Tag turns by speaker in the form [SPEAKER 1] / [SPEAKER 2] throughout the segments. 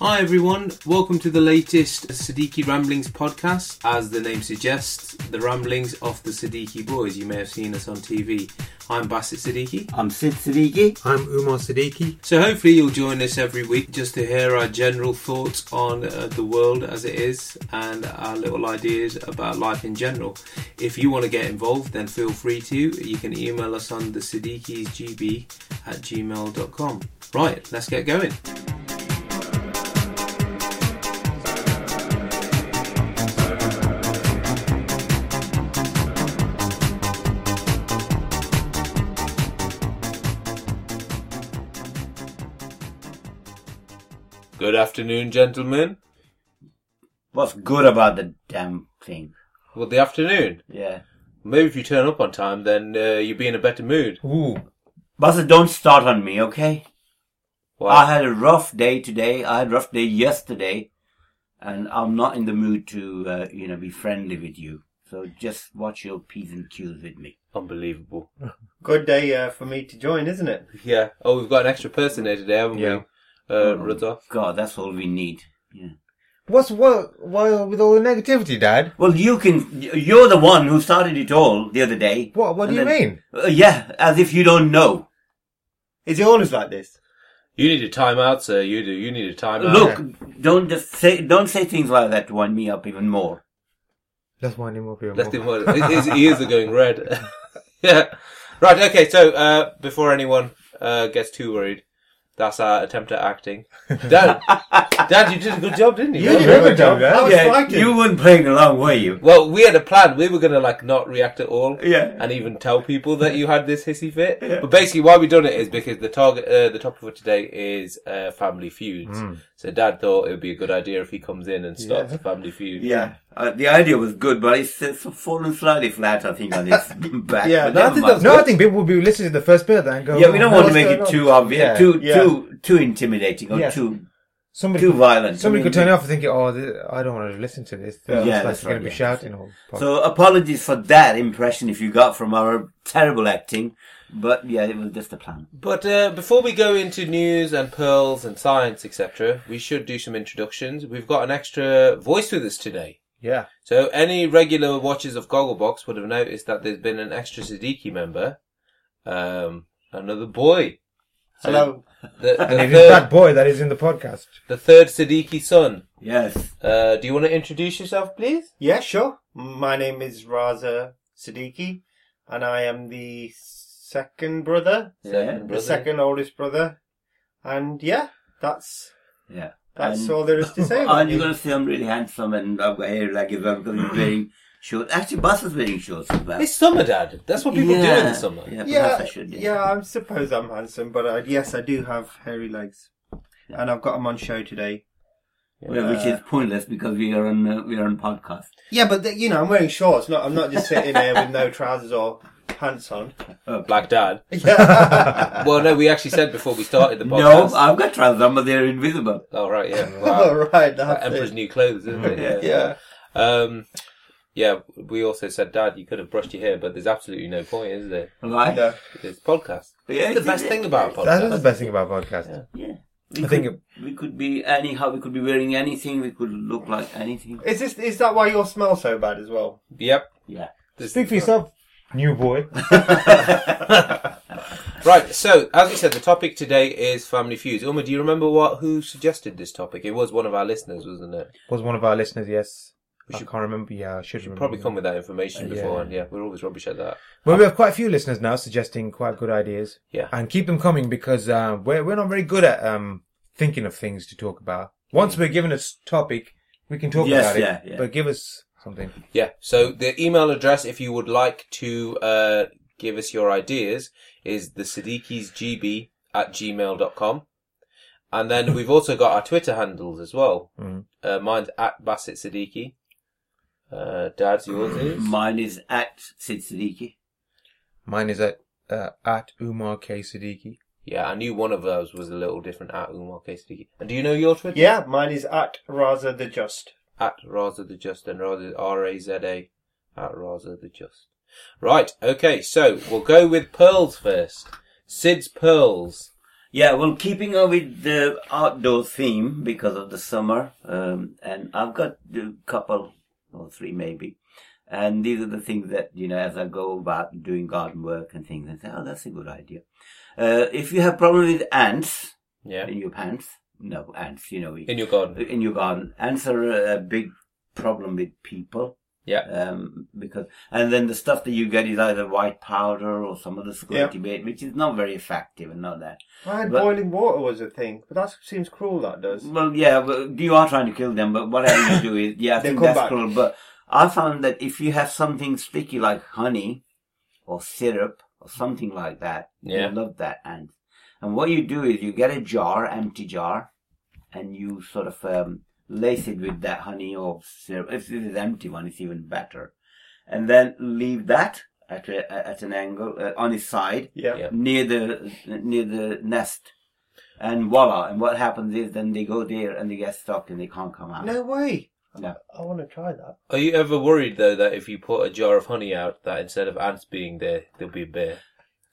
[SPEAKER 1] Hi everyone, welcome to the latest Siddiqui Ramblings podcast. As the name suggests, the ramblings of the Siddiqui boys. You may have seen us on TV. I'm Bassett Siddiqui.
[SPEAKER 2] I'm Sid Siddiqui.
[SPEAKER 3] I'm Umar Siddiqui.
[SPEAKER 1] So hopefully you'll join us every week just to hear our general thoughts on uh, the world as it is and our little ideas about life in general. If you want to get involved, then feel free to. You can email us on the gb at gmail.com. Right, let's get going. Good afternoon, gentlemen.
[SPEAKER 2] What's good about the damn thing?
[SPEAKER 1] Well, the afternoon.
[SPEAKER 2] Yeah.
[SPEAKER 1] Maybe if you turn up on time, then uh, you'll be in a better mood.
[SPEAKER 3] Ooh.
[SPEAKER 2] Buster, don't start on me, okay?
[SPEAKER 1] Why?
[SPEAKER 2] I had a rough day today. I had a rough day yesterday. And I'm not in the mood to, uh, you know, be friendly with you. So just watch your P's and Q's with me.
[SPEAKER 1] Unbelievable.
[SPEAKER 4] Good day uh, for me to join, isn't it?
[SPEAKER 1] Yeah. Oh, we've got an extra person there today, haven't
[SPEAKER 3] Yeah. Hmm.
[SPEAKER 1] we? Uh,
[SPEAKER 2] Oh,
[SPEAKER 1] Rudolph.
[SPEAKER 2] God, that's all we need. Yeah.
[SPEAKER 3] What's what? Why with all the negativity, Dad?
[SPEAKER 2] Well, you can, you're the one who started it all the other day.
[SPEAKER 3] What? What do you
[SPEAKER 2] And then-
[SPEAKER 3] mean?
[SPEAKER 2] Uh, yeah, as if you don't know.
[SPEAKER 4] Is it always like this?
[SPEAKER 1] You need a timeout, sir. You do. You need a
[SPEAKER 4] Uh,
[SPEAKER 1] timeout.
[SPEAKER 2] Look, don't just say, don't say things like that to wind me up even more.
[SPEAKER 3] Let's wind him up here.
[SPEAKER 1] That's the
[SPEAKER 3] more.
[SPEAKER 1] one. His his ears are going red. yeah. Right. Okay. So uh, before anyone uh, gets too worried, that's our attempt at acting. Dad, Dad, you did a good job, didn't you?
[SPEAKER 3] You
[SPEAKER 1] Well
[SPEAKER 3] did
[SPEAKER 1] done.
[SPEAKER 3] a good job,
[SPEAKER 4] I
[SPEAKER 3] Dad.
[SPEAKER 4] was frightened.
[SPEAKER 2] you weren't playing along, were you?
[SPEAKER 1] Well, we had a plan. We were gonna like not react at all,
[SPEAKER 2] Yeah.
[SPEAKER 1] and even tell people that you had this hissy fit. But basically, why we done it is because the target, uh, the topic for today is uh, family feuds. So Dad thought it would be a good idea if he comes in and starts a family feud.
[SPEAKER 2] Yeah, uh, the idea was good, but it's, it's fallen slightly flat, I think, on its back.
[SPEAKER 4] Yeah,
[SPEAKER 2] but
[SPEAKER 4] no, I
[SPEAKER 2] never
[SPEAKER 4] think
[SPEAKER 2] mind.
[SPEAKER 4] that's
[SPEAKER 3] No, I think people will be listening to the first bit of that and go.
[SPEAKER 2] Yeah, we don't
[SPEAKER 3] "Oh,
[SPEAKER 2] want to
[SPEAKER 3] what's
[SPEAKER 2] make
[SPEAKER 3] going
[SPEAKER 2] it
[SPEAKER 3] on?"
[SPEAKER 2] too obvious,
[SPEAKER 3] Yeah.
[SPEAKER 2] too
[SPEAKER 4] Yeah.
[SPEAKER 2] too too intimidating, or
[SPEAKER 3] Yes.
[SPEAKER 2] too
[SPEAKER 3] somebody,
[SPEAKER 2] too violent.
[SPEAKER 3] somebody
[SPEAKER 2] I
[SPEAKER 3] could
[SPEAKER 2] mean,
[SPEAKER 3] turn it off and think, "Oh, th- I don't want to listen to this."
[SPEAKER 2] Yeah,
[SPEAKER 3] It's like
[SPEAKER 2] that's
[SPEAKER 3] going
[SPEAKER 2] right,
[SPEAKER 3] to be
[SPEAKER 2] yeah.
[SPEAKER 3] shouting all.
[SPEAKER 2] So apologies for that impression if you got from our terrible acting, but yeah, it was just a plan.
[SPEAKER 1] But uh, before we go into news and pearls and science, etc., we should do some introductions. We've got an extra voice with us today.
[SPEAKER 3] yeah,
[SPEAKER 1] So any regular watchers of Gogglebox would have noticed that there's been an extra Siddiqui member, um, another boy. So
[SPEAKER 4] Hello.
[SPEAKER 1] The, the
[SPEAKER 3] and it is
[SPEAKER 1] third,
[SPEAKER 3] that boy that is in the podcast.
[SPEAKER 1] the third Siddiqui son.
[SPEAKER 2] Yes,
[SPEAKER 1] Uh, do you want to introduce yourself, please?
[SPEAKER 4] Yeah, sure. My name is Raza Siddiqui, and I am the second brother,
[SPEAKER 2] yeah,
[SPEAKER 4] the second oldest brother. And yeah, that's
[SPEAKER 2] yeah.
[SPEAKER 4] that's
[SPEAKER 2] Oh, And-
[SPEAKER 4] all there is to say about
[SPEAKER 2] Aren't
[SPEAKER 4] me.
[SPEAKER 2] you going to say I'm really handsome and I've got hair like if I'm going to be wearing shorts? Actually, Bus is wearing shorts as well.
[SPEAKER 1] It's summer, Dad. That's what people do in the summer.
[SPEAKER 2] Yeah, perhaps
[SPEAKER 4] Yeah,
[SPEAKER 2] I should.
[SPEAKER 4] yeah, I suppose I'm handsome, but I, yes, I do have hairy legs, and I've got them on show today.
[SPEAKER 2] Well, which is pointless because we are on uh, we are on podcast.
[SPEAKER 4] Yeah, but the, you know, I'm wearing shorts. Not, I'm not just sitting here with no trousers or pants on.
[SPEAKER 1] Black Dad.
[SPEAKER 4] Yeah.
[SPEAKER 1] Well, no, we actually said before we started the
[SPEAKER 2] No,
[SPEAKER 1] podcast.
[SPEAKER 2] I've got trousers, but they're invisible.
[SPEAKER 1] oh, right, yeah.
[SPEAKER 4] all
[SPEAKER 1] Wow.
[SPEAKER 4] right, that's
[SPEAKER 1] Emperor's
[SPEAKER 4] it.
[SPEAKER 1] New Clothes, isn't it?
[SPEAKER 2] Yeah.
[SPEAKER 4] Yeah.
[SPEAKER 1] Um, yeah, we also said, Dad, you could have brushed your hair, but there's absolutely no point, is there?
[SPEAKER 2] Right?
[SPEAKER 4] No.
[SPEAKER 1] It's podcast.
[SPEAKER 2] Yeah,
[SPEAKER 1] That's the best thing about a podcast.
[SPEAKER 3] That is the best thing about podcast.
[SPEAKER 2] Yeah. We
[SPEAKER 3] I
[SPEAKER 2] could,
[SPEAKER 3] think
[SPEAKER 2] we could be anyhow. We could be wearing anything. We could look like anything.
[SPEAKER 4] Is this is that why your smell so bad as well?
[SPEAKER 1] Yep.
[SPEAKER 2] Yeah.
[SPEAKER 1] This-
[SPEAKER 3] Speak for yourself, new boy.
[SPEAKER 1] Right, so as we said, the topic today is family feuds. Uma, do you remember what who suggested this topic? It was one of our listeners, wasn't it?
[SPEAKER 3] Was one of our listeners? Yes.
[SPEAKER 1] We
[SPEAKER 3] I
[SPEAKER 1] should-
[SPEAKER 3] can't remember. Yeah, I should remember.
[SPEAKER 1] Probably come with that information
[SPEAKER 3] Yeah.
[SPEAKER 1] beforehand. Yeah, we're always rubbish at that.
[SPEAKER 3] Well, we have quite a few listeners now suggesting quite good ideas.
[SPEAKER 1] Yeah.
[SPEAKER 3] And keep them coming because uh, we're, we're not very good at um, thinking of things to talk about. Once we're given a s- topic, we can talk
[SPEAKER 2] Yes,
[SPEAKER 3] about it.
[SPEAKER 2] yeah, yeah.
[SPEAKER 3] But give us something.
[SPEAKER 1] Yeah. So the email address, if you would like to uh, give us your ideas, is the gb at gmail.com. And then we've also got our Twitter handles as well.
[SPEAKER 3] Mhm.
[SPEAKER 1] Uh, mine's at Bassett Siddiqui. Uh, Dad's yours is.
[SPEAKER 2] Mine is at Sid Siddiqui.
[SPEAKER 3] Mine is at uh, at Umar K Siddiqui.
[SPEAKER 1] Yeah, I knew one of those was a little different at Umar K Siddiqui. And do you know your Twitter?
[SPEAKER 4] Yeah, mine is at Raza the Just.
[SPEAKER 1] At Raza the Just and Raza R A Z A at Raza the Just. Right, okay, so we'll go with pearls first. Sid's pearls.
[SPEAKER 2] Yeah, well, keeping on with the outdoor theme because of the summer, um, and I've got a couple or three maybe, and these are the things that you know as I go about doing garden work and things, and say, oh, that's a good idea. Uh, if you have problem with ants
[SPEAKER 4] Yeah.
[SPEAKER 2] in your pants, no ants, you know, we,
[SPEAKER 4] In your garden.
[SPEAKER 2] in your garden, ants are a- a big problem with people.
[SPEAKER 4] Yeah.
[SPEAKER 2] Um, because and then the stuff that you get is either white powder or some other squirty
[SPEAKER 4] Yeah.
[SPEAKER 2] bait, which is not very effective and all that.
[SPEAKER 4] I had
[SPEAKER 2] But- Mm.
[SPEAKER 4] boiling water was a thing, but that seems cruel. That does.
[SPEAKER 2] Well, yeah, well, you are trying to kill them, but whatever you do is, yeah, I
[SPEAKER 4] They
[SPEAKER 2] think
[SPEAKER 4] come
[SPEAKER 2] that's
[SPEAKER 4] back.
[SPEAKER 2] cruel. But I found that if you have something sticky like honey or syrup or something like that,
[SPEAKER 4] Yeah.
[SPEAKER 2] you love that ant. And what you do is you get a jar, empty jar, and you sort of um, lace it with that honey or syrup. If it is empty one, it's even better. And then leave that at a, at an angle uh, on its side
[SPEAKER 4] Yeah.
[SPEAKER 5] Yeah.
[SPEAKER 2] near the near the nest, and voila! And what happens is then they go there and they get stuck and they can't come out.
[SPEAKER 4] No way.
[SPEAKER 2] Yeah.
[SPEAKER 4] I want to try that.
[SPEAKER 1] Are you ever worried though that if you put a jar of honey out, that instead of ants being there, there'll be a bear?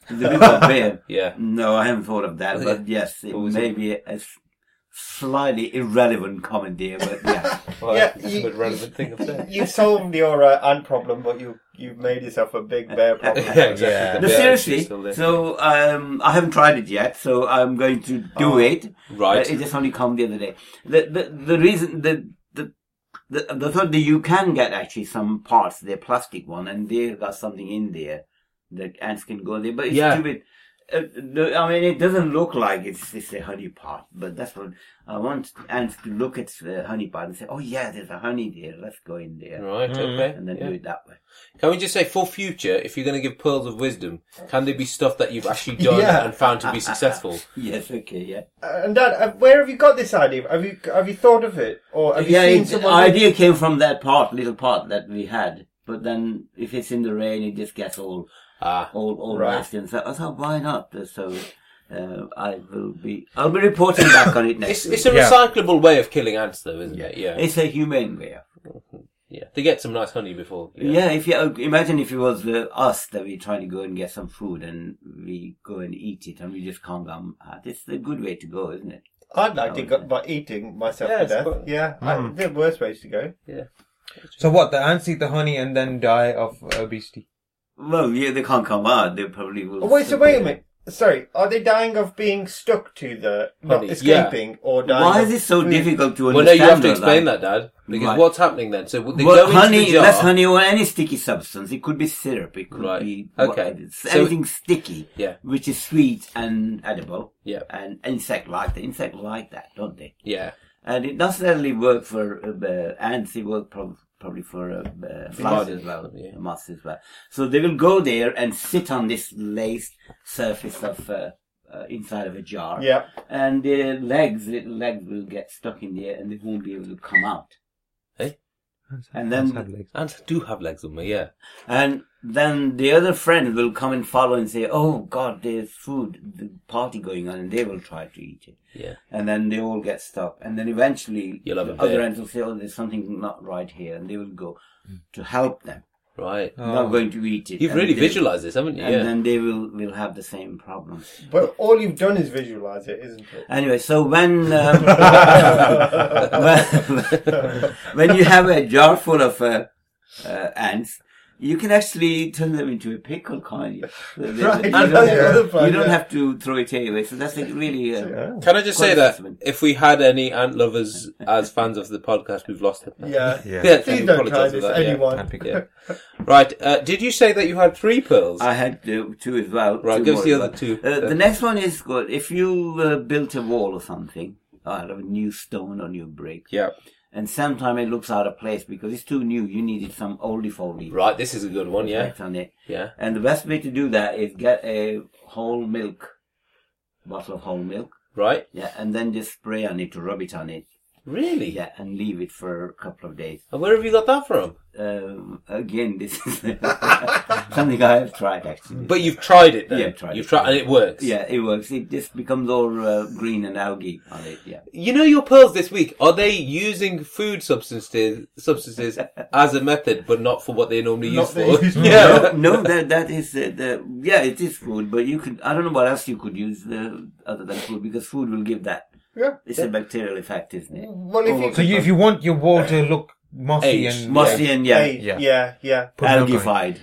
[SPEAKER 2] The big old bear.
[SPEAKER 1] Yeah.
[SPEAKER 2] No, I haven't thought of that, but yes, it
[SPEAKER 1] Oh, What was
[SPEAKER 2] may be a, s- slightly irrelevant comment there, but yeah.
[SPEAKER 1] Well,
[SPEAKER 4] Yeah,
[SPEAKER 1] that's
[SPEAKER 4] you-
[SPEAKER 1] a relevant thing of that.
[SPEAKER 4] You've solved your uh, ant problem, but you you've made yourself a big bear problem.
[SPEAKER 1] Yeah, exactly.
[SPEAKER 2] No,
[SPEAKER 1] The bear is still
[SPEAKER 2] seriously.
[SPEAKER 1] there.
[SPEAKER 2] So um, I haven't tried it yet, so I'm going to do
[SPEAKER 4] Oh.
[SPEAKER 2] it.
[SPEAKER 1] Right.
[SPEAKER 2] Uh, It just only come the other day. The the, the reason the the the, the thought that you can get actually some parts, they're plastic one, and they got something in there that ants can go there. But it's
[SPEAKER 1] Yeah.
[SPEAKER 2] too bit. Uh, the, I mean, it doesn't look like it's it's a honey pot, but that's what I want ants to look at the honey pot and say, "Oh yeah, there's a honey there. Let's go in there,"
[SPEAKER 1] Right,
[SPEAKER 3] Mm.
[SPEAKER 1] okay.
[SPEAKER 2] and then
[SPEAKER 1] yeah.
[SPEAKER 2] do it that way.
[SPEAKER 1] Can we just say, for future, if you're going to give pearls of wisdom, can there be stuff that you've actually done
[SPEAKER 4] Yeah.
[SPEAKER 1] and found to be successful?
[SPEAKER 2] Yes, okay, yeah.
[SPEAKER 4] Uh, and Dad, uh, where have you got this idea? Have you have you thought of it, or have you
[SPEAKER 2] yeah,
[SPEAKER 4] seen
[SPEAKER 2] it, the
[SPEAKER 4] someone?
[SPEAKER 2] idea came from that part, little part that we had. But then, if it's in the rain, it just gets all,
[SPEAKER 1] Ah,
[SPEAKER 2] all, all
[SPEAKER 4] Right.
[SPEAKER 2] nasty. And so I thought, why not? So uh, I will be, I'll be reporting back on it
[SPEAKER 1] it's,
[SPEAKER 2] next week.
[SPEAKER 1] it's a
[SPEAKER 3] Yeah.
[SPEAKER 1] recyclable way of killing ants, though, isn't it? Yeah.
[SPEAKER 2] It's a humane way. of-
[SPEAKER 1] yeah. They get some nice honey before.
[SPEAKER 2] Yeah. if you imagine if it was uh, us that we try to go and get some food and we go and eat it and we just can't come out. It's a good way to go, isn't it?
[SPEAKER 4] I'd like to
[SPEAKER 2] Oh,
[SPEAKER 4] go by eating myself
[SPEAKER 1] Yeah,
[SPEAKER 4] to
[SPEAKER 1] it's
[SPEAKER 4] death.
[SPEAKER 1] quite-
[SPEAKER 4] Yeah, I,
[SPEAKER 2] Hmm.
[SPEAKER 3] Mm.
[SPEAKER 4] the worst ways to go.
[SPEAKER 3] So what? The ants eat the honey and then die of obesity.
[SPEAKER 2] Well, yeah, they can't come out. They probably will.
[SPEAKER 4] Oh, wait, so wait a minute. Sorry, are they dying of being stuck to the not
[SPEAKER 1] Honey,
[SPEAKER 4] escaping or dying?
[SPEAKER 2] Why
[SPEAKER 4] of
[SPEAKER 2] is it so
[SPEAKER 4] food?
[SPEAKER 2] difficult to
[SPEAKER 1] Well,
[SPEAKER 2] understand?
[SPEAKER 1] no, you have to
[SPEAKER 2] all
[SPEAKER 1] explain that, Dad. Because
[SPEAKER 2] Right.
[SPEAKER 1] what's happening then? So they
[SPEAKER 2] well,
[SPEAKER 1] go
[SPEAKER 2] honey,
[SPEAKER 1] into the jar.
[SPEAKER 2] less honey or any sticky substance. It could be syrup. It could
[SPEAKER 1] Right.
[SPEAKER 2] be
[SPEAKER 1] Okay.
[SPEAKER 2] what- it's
[SPEAKER 1] So-
[SPEAKER 2] anything sticky,
[SPEAKER 1] Yeah.
[SPEAKER 2] which is sweet and edible.
[SPEAKER 1] Yeah.
[SPEAKER 2] and insect like that. Insect like that, don't they?
[SPEAKER 1] Yeah.
[SPEAKER 2] And it doesn't only work for uh, uh, ants. It works prob- probably for uh, uh, flies
[SPEAKER 1] Spiders,
[SPEAKER 2] as well,
[SPEAKER 1] yeah.
[SPEAKER 2] moths as well. So they will go there and sit on this laced surface of. Uh, uh, inside of a jar,
[SPEAKER 4] Yeah,
[SPEAKER 2] and their legs, little legs, will get stuck in there, and they won't be able to come out. And then-
[SPEAKER 3] Ants have legs.
[SPEAKER 1] Ants do have legs on me, yeah.
[SPEAKER 2] And then the other friend will come and follow and say, "Oh God, there's food, the party going on," and they will try to eat it.
[SPEAKER 1] Yeah.
[SPEAKER 2] And then they all get stuck. And then eventually,
[SPEAKER 1] You'll have
[SPEAKER 2] the
[SPEAKER 1] a
[SPEAKER 2] other
[SPEAKER 1] bear.
[SPEAKER 2] ends will say, "Oh, there's something not right here," and they will go to help them.
[SPEAKER 1] Right.
[SPEAKER 2] Not going to eat it.
[SPEAKER 1] You've
[SPEAKER 2] Oh, And
[SPEAKER 1] really
[SPEAKER 2] they-
[SPEAKER 1] visualised this, haven't you?
[SPEAKER 2] And
[SPEAKER 1] Yeah.
[SPEAKER 2] then they will will have the same problem.
[SPEAKER 4] but all you've done is visualize it, isn't it?
[SPEAKER 2] Anyway, so when um, when, when you have a jar full of uh, uh, ants, you can actually turn them into a pickle, can't you? They- they-
[SPEAKER 4] Right,
[SPEAKER 2] you,
[SPEAKER 4] that's
[SPEAKER 2] don't,
[SPEAKER 4] the other part,
[SPEAKER 2] you don't
[SPEAKER 4] yeah.
[SPEAKER 2] have to throw it away. So that's like really uh,
[SPEAKER 4] Yeah.
[SPEAKER 1] Can I just
[SPEAKER 2] Quite
[SPEAKER 1] say that
[SPEAKER 2] assessment.
[SPEAKER 1] if we had any ant lovers as fans of the podcast, we've lost him.
[SPEAKER 4] Yeah.
[SPEAKER 3] Yeah.
[SPEAKER 1] we
[SPEAKER 4] Please don't
[SPEAKER 1] apologise
[SPEAKER 4] try
[SPEAKER 1] for
[SPEAKER 4] this,
[SPEAKER 1] that, yeah.
[SPEAKER 4] anyone.
[SPEAKER 3] Ant pickle.
[SPEAKER 1] Yeah. Right. Uh, did you say that you had three pearls?
[SPEAKER 2] I had uh, two as well.
[SPEAKER 1] Right,
[SPEAKER 2] two
[SPEAKER 1] give us
[SPEAKER 2] more
[SPEAKER 1] the
[SPEAKER 2] as
[SPEAKER 1] other
[SPEAKER 2] well.
[SPEAKER 1] two.
[SPEAKER 2] Uh, the next one is good. If you uh, built a wall or something, or a new stone or new brick,
[SPEAKER 1] yeah.
[SPEAKER 2] and sometimes it looks out of place because it's too new. You needed some oldie foldy
[SPEAKER 1] Right. This is a good one. Yeah.
[SPEAKER 2] effect on it.
[SPEAKER 1] Yeah.
[SPEAKER 2] And the best way to do that is get a whole milk bottle of whole milk,
[SPEAKER 1] Right.
[SPEAKER 2] yeah, and then just spray on it to rub it on it,
[SPEAKER 1] Really?
[SPEAKER 2] yeah, and leave it for a couple of days.
[SPEAKER 1] And where have you got that from?
[SPEAKER 2] Um, again, this is something I have tried actually.
[SPEAKER 1] But you've tried it, then.
[SPEAKER 2] Yeah, I've tried
[SPEAKER 1] You've
[SPEAKER 2] it.
[SPEAKER 1] tried, and it works.
[SPEAKER 2] yeah, it works. It just becomes all uh, green and algae on it. Yeah.
[SPEAKER 1] You know your pearls this week. Are they using food substances substances as a method, but not for what they normally use
[SPEAKER 4] Not they
[SPEAKER 1] for?
[SPEAKER 4] use-
[SPEAKER 1] yeah.
[SPEAKER 2] no, that that is uh, the yeah, it is food, but you could I don't know what else you could use uh, other than food because food will give that.
[SPEAKER 4] Yeah.
[SPEAKER 2] It's a bacterial effect, isn't it?
[SPEAKER 4] Well, if you,
[SPEAKER 3] So you, if you want your wall to look mossy
[SPEAKER 1] Aged.
[SPEAKER 3] and
[SPEAKER 2] Musty and yeah,
[SPEAKER 4] Hey,
[SPEAKER 3] Yeah.
[SPEAKER 4] yeah, yeah.
[SPEAKER 3] put milk on it.
[SPEAKER 2] algified.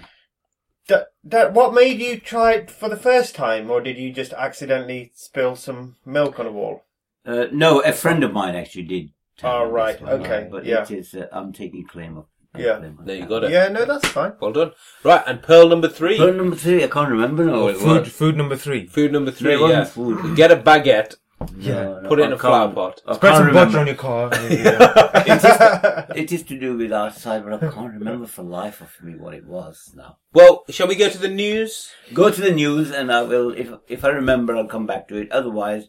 [SPEAKER 4] That, that, what made you try it for the first time, or did you just accidentally spill some milk on a wall?
[SPEAKER 2] Uh, no, a friend of mine actually did. tell
[SPEAKER 4] Oh,
[SPEAKER 2] me this
[SPEAKER 4] right,
[SPEAKER 2] one,
[SPEAKER 4] okay,
[SPEAKER 2] But
[SPEAKER 4] yeah.
[SPEAKER 2] it is. Uh, I'm taking claim of.
[SPEAKER 4] Yeah.
[SPEAKER 2] claim on
[SPEAKER 1] There you
[SPEAKER 2] that.
[SPEAKER 1] got it.
[SPEAKER 4] Yeah, no, that's fine.
[SPEAKER 1] Well done. Right, and pearl number three.
[SPEAKER 2] Well, number three, I can't remember now.
[SPEAKER 1] Oh,
[SPEAKER 2] it
[SPEAKER 3] Food,
[SPEAKER 2] was.
[SPEAKER 3] food number three.
[SPEAKER 1] Food number three.
[SPEAKER 2] it wasn't
[SPEAKER 1] yeah.
[SPEAKER 2] food.
[SPEAKER 1] Get a baguette.
[SPEAKER 3] Yeah.
[SPEAKER 2] No, no,
[SPEAKER 1] Put it in
[SPEAKER 2] I
[SPEAKER 1] a flower
[SPEAKER 2] can't-
[SPEAKER 1] pot.
[SPEAKER 2] I
[SPEAKER 3] Spread
[SPEAKER 2] can't
[SPEAKER 3] some
[SPEAKER 2] remember.
[SPEAKER 3] butter on your car. Yeah.
[SPEAKER 2] It is to do with outside, but I can't remember for life of me what it was now.
[SPEAKER 1] Well, shall we go to the news?
[SPEAKER 2] Go to the news, and I will. If if I remember, I'll come back to it. Otherwise,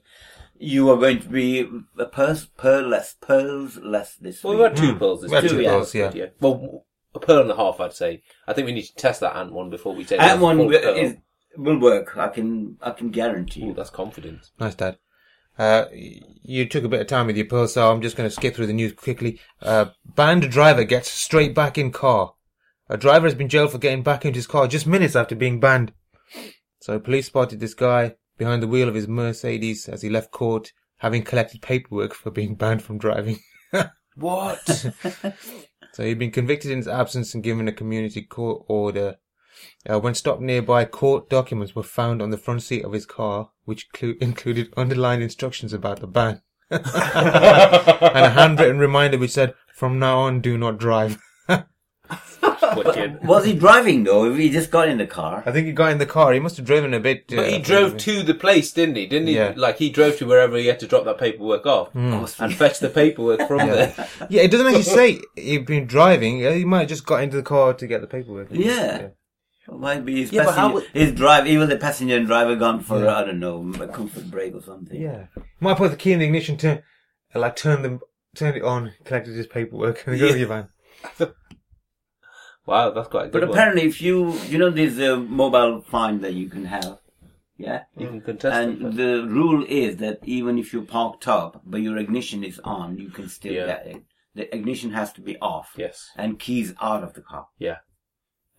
[SPEAKER 2] you are going to be a purse, pearl less, pearls less this
[SPEAKER 1] Well,
[SPEAKER 2] week.
[SPEAKER 1] we've had two pearls this
[SPEAKER 3] We had
[SPEAKER 1] week.
[SPEAKER 3] two
[SPEAKER 1] Yeah.
[SPEAKER 3] pearls, yeah.
[SPEAKER 1] Well, a pearl and a half, I'd say. I think we need to test that ant one before we take
[SPEAKER 2] that
[SPEAKER 1] the
[SPEAKER 2] one
[SPEAKER 1] full
[SPEAKER 2] will,
[SPEAKER 1] pearl.
[SPEAKER 2] is, will work. I can I can guarantee
[SPEAKER 1] Ooh,
[SPEAKER 2] you.
[SPEAKER 1] that's confidence.
[SPEAKER 3] nice, Dad. Uh, you took a bit of time with your pearl, so I'm just going to skip through the news quickly. Uh, banned driver gets straight back in car. A driver has been jailed for getting back into his car just minutes after being banned. So police spotted this guy behind the wheel of his Mercedes as he left court, having collected paperwork for being banned from driving.
[SPEAKER 1] What?
[SPEAKER 3] So he'd been convicted in his absence and given a community court order. Uh, when stopped nearby, court documents were found on the front seat of his car, which clu- included underlined instructions about the ban and a handwritten reminder which said, "From now on, do not drive."
[SPEAKER 1] Wicked.
[SPEAKER 2] Was he driving though? If he just got in the car.
[SPEAKER 3] I think he got in the car. He must have driven a bit. uh,
[SPEAKER 1] But he drove to the place, didn't he? Didn't he?
[SPEAKER 3] Yeah. Hmm.
[SPEAKER 1] Like he drove to wherever he had to drop that paperwork off and fetch the paperwork from there.
[SPEAKER 3] Yeah, it doesn't actually say he'd been driving. Uh, He might have just got into the car to get the paperwork.
[SPEAKER 2] Yeah. Might be his,
[SPEAKER 1] Yeah, but how
[SPEAKER 2] passenger, his drive. Even the passenger and driver gone for I don't know a comfort break or something.
[SPEAKER 3] Yeah. Might put the key in the ignition to, uh, like, turn them, turn it on, collected his paperwork, and go to your van.
[SPEAKER 1] Wow, that's quite a good.
[SPEAKER 2] But apparently, if you you know this uh, mobile fine that you can have, yeah,
[SPEAKER 1] one. you can contest it.
[SPEAKER 2] and the rule is that even if you parked up but your ignition is on, you can still
[SPEAKER 1] Yeah.
[SPEAKER 2] get it. The ignition has to be off,
[SPEAKER 1] Yes.
[SPEAKER 2] and keys out of the car.
[SPEAKER 1] Yeah.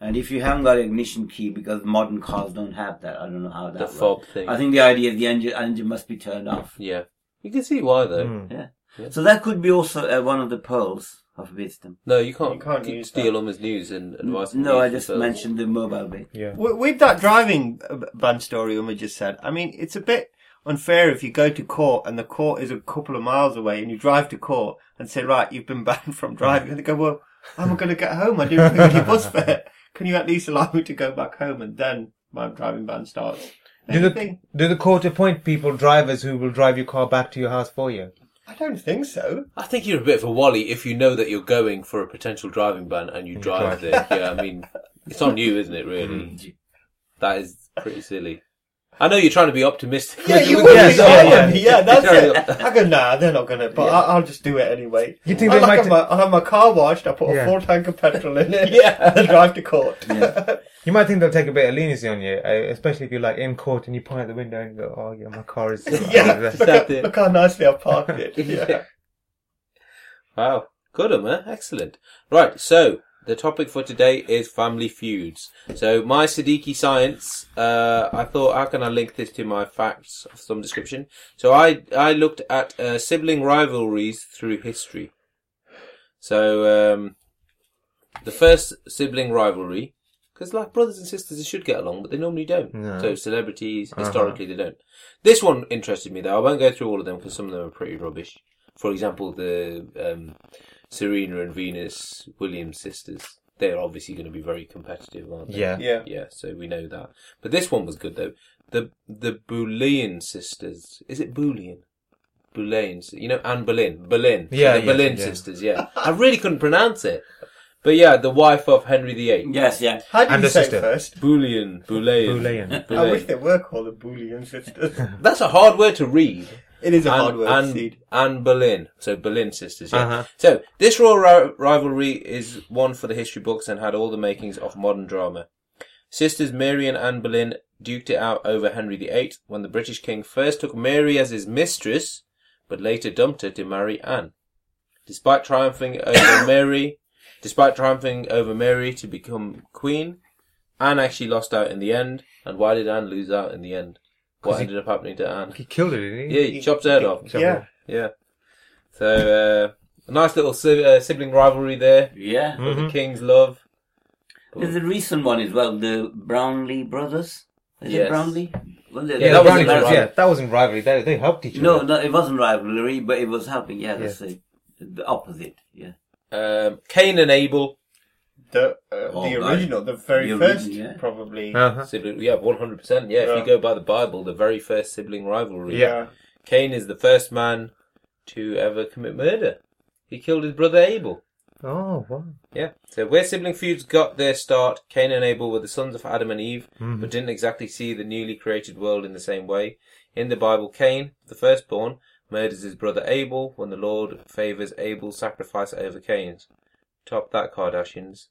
[SPEAKER 2] And if you haven't got ignition key, because modern cars don't have that, I don't know how that.
[SPEAKER 1] The
[SPEAKER 2] works.
[SPEAKER 1] fob thing.
[SPEAKER 2] I think the idea is the engine engine must be turned off.
[SPEAKER 1] Yeah. You can see why though.
[SPEAKER 3] Mm.
[SPEAKER 2] Yeah. So that could be also uh, one of the pearls of wisdom.
[SPEAKER 1] No, you can't.
[SPEAKER 4] You can't
[SPEAKER 1] keep-
[SPEAKER 4] use
[SPEAKER 1] steal on his news and advice. on
[SPEAKER 2] No,
[SPEAKER 1] news
[SPEAKER 2] I just
[SPEAKER 1] yourself.
[SPEAKER 2] mentioned the mobile bit.
[SPEAKER 3] Yeah.
[SPEAKER 4] With with that driving uh, ban story Uma just said, I mean, it's a bit unfair if you go to court and the court is a couple of miles away and you drive to court and say, right, you've been banned from driving. And they go, well, how am I going to get home? I didn't pay any bus fare. Can you at least allow me to go back home? And then my driving ban starts.
[SPEAKER 3] Do
[SPEAKER 4] Don't you
[SPEAKER 3] the,
[SPEAKER 4] think-
[SPEAKER 3] do the court appoint people drivers who will drive your car back to your house for you?
[SPEAKER 4] I don't think so.
[SPEAKER 1] I think you're a bit of a wally if you know that you're going for a potential driving ban and you drive
[SPEAKER 3] drive. Hmm.
[SPEAKER 1] there. Yeah, I mean, it's on you, isn't it? Really, that is pretty silly. I know you're trying to be optimistic.
[SPEAKER 4] Yeah,
[SPEAKER 1] with-
[SPEAKER 4] you
[SPEAKER 1] with
[SPEAKER 4] would.
[SPEAKER 1] the
[SPEAKER 4] Yeah,
[SPEAKER 1] result.
[SPEAKER 4] yeah, yeah, that's
[SPEAKER 1] Sorry.
[SPEAKER 4] it. I go, nah, they're not gonna, but I, I'll just do it anyway.
[SPEAKER 3] You think
[SPEAKER 4] I
[SPEAKER 3] they
[SPEAKER 4] like
[SPEAKER 3] might
[SPEAKER 4] have
[SPEAKER 3] t-
[SPEAKER 4] my, I have my car washed. I put a
[SPEAKER 3] Yeah.
[SPEAKER 4] full tank of petrol in it.
[SPEAKER 1] Yeah.
[SPEAKER 4] and drive to court.
[SPEAKER 3] You might think they'll take a bit of leniency on you, uh, especially if you're like in court and you point out the window and go, "Oh yeah, my car is."
[SPEAKER 4] Yeah, look,
[SPEAKER 1] that
[SPEAKER 4] how,
[SPEAKER 1] it?
[SPEAKER 4] look how nicely I parked it. Yeah.
[SPEAKER 1] Wow. Good, Emma. Excellent. Right, so the topic for today is family feuds. So my Siddiqui science, uh, I thought, how can I link this to my facts of some description? So I, I looked at uh, sibling rivalries through history. So um, the first sibling rivalry, because like brothers and sisters, they should get along, but they normally don't.
[SPEAKER 3] No. Uh-huh.
[SPEAKER 1] So celebrities, historically, they don't. This one interested me though. I won't go through all of them because some of them are pretty rubbish. For example, the um, Serena and Venus Williams sisters. They're obviously going to be very competitive, aren't they?
[SPEAKER 3] Yeah.
[SPEAKER 4] Yeah.
[SPEAKER 1] Yeah, so we know that. But this one was good though. The the Boolean sisters. Is it Boolean? Boolean. si- You know, Anne Boleyn. Boleyn. So
[SPEAKER 3] Yeah,
[SPEAKER 1] The
[SPEAKER 3] yeah,
[SPEAKER 1] Boleyn
[SPEAKER 3] yeah.
[SPEAKER 1] sisters, yeah. I really couldn't pronounce it. But yeah, the wife of Henry VIII.
[SPEAKER 2] Yes, yeah.
[SPEAKER 4] How did
[SPEAKER 3] And
[SPEAKER 4] you
[SPEAKER 3] a
[SPEAKER 4] say
[SPEAKER 3] sister.
[SPEAKER 4] it first?
[SPEAKER 1] Boolean. Boolean.
[SPEAKER 3] Boolean.
[SPEAKER 4] I wish
[SPEAKER 1] Boolean.
[SPEAKER 4] they were called the Boolean sisters.
[SPEAKER 1] That's a hard word to read.
[SPEAKER 4] It is a hard
[SPEAKER 1] and,
[SPEAKER 4] word,
[SPEAKER 1] and,
[SPEAKER 4] seed.
[SPEAKER 1] and Berlin. So Berlin sisters. Yeah.
[SPEAKER 5] Uh-huh.
[SPEAKER 1] So this royal ri- rivalry is one for the history books and had all the makings of modern drama. Sisters Mary and Anne Boleyn duked it out over Henry VIII when the British king first took Mary as his mistress, but later dumped her to marry Anne. Despite triumphing over Mary, despite triumphing over Mary to become queen, Anne actually lost out in the end. And why did Anne lose out in the end? What
[SPEAKER 3] 'Cause he-
[SPEAKER 1] ended up happening to Anne?
[SPEAKER 3] He killed it, didn't he?
[SPEAKER 1] Yeah, he chopped her head off.
[SPEAKER 4] Yeah.
[SPEAKER 1] Yeah. So, uh, a nice little si- uh, sibling rivalry there.
[SPEAKER 2] Yeah.
[SPEAKER 1] for The King's love.
[SPEAKER 2] There's a recent one as well, the Brownlee brothers. Is
[SPEAKER 1] Yes.
[SPEAKER 2] it Brownlee? Well, they-
[SPEAKER 1] Yeah,
[SPEAKER 3] Yeah,
[SPEAKER 1] that
[SPEAKER 3] Brownie
[SPEAKER 1] wasn't
[SPEAKER 3] Brothers,
[SPEAKER 1] rivalry.
[SPEAKER 3] yeah, that wasn't rivalry. They, they helped each other.
[SPEAKER 2] No, no, it wasn't rivalry, but it was helping. Yeah, that's the the opposite. Yeah.
[SPEAKER 1] Um, Cain and Abel.
[SPEAKER 4] The, uh,
[SPEAKER 2] Oh,
[SPEAKER 4] the
[SPEAKER 2] no.
[SPEAKER 4] original, the very
[SPEAKER 2] The
[SPEAKER 4] first,
[SPEAKER 2] original, yeah.
[SPEAKER 4] probably.
[SPEAKER 3] Uh-huh.
[SPEAKER 1] Sibling, yeah, 100%. Yeah, if
[SPEAKER 4] Yeah.
[SPEAKER 1] you go by the Bible, the very first sibling rivalry.
[SPEAKER 3] Yeah.
[SPEAKER 1] Cain is the first man to ever commit murder. He killed his brother Abel.
[SPEAKER 3] Oh, wow.
[SPEAKER 1] Yeah. So where sibling feuds got their start, Cain and Abel were the sons of Adam and Eve, but didn't exactly see the newly created world in the same way. In the Bible, Cain, the firstborn, murders his brother Abel when the Lord favors Abel's sacrifice over Cain's. Top that, Kardashians.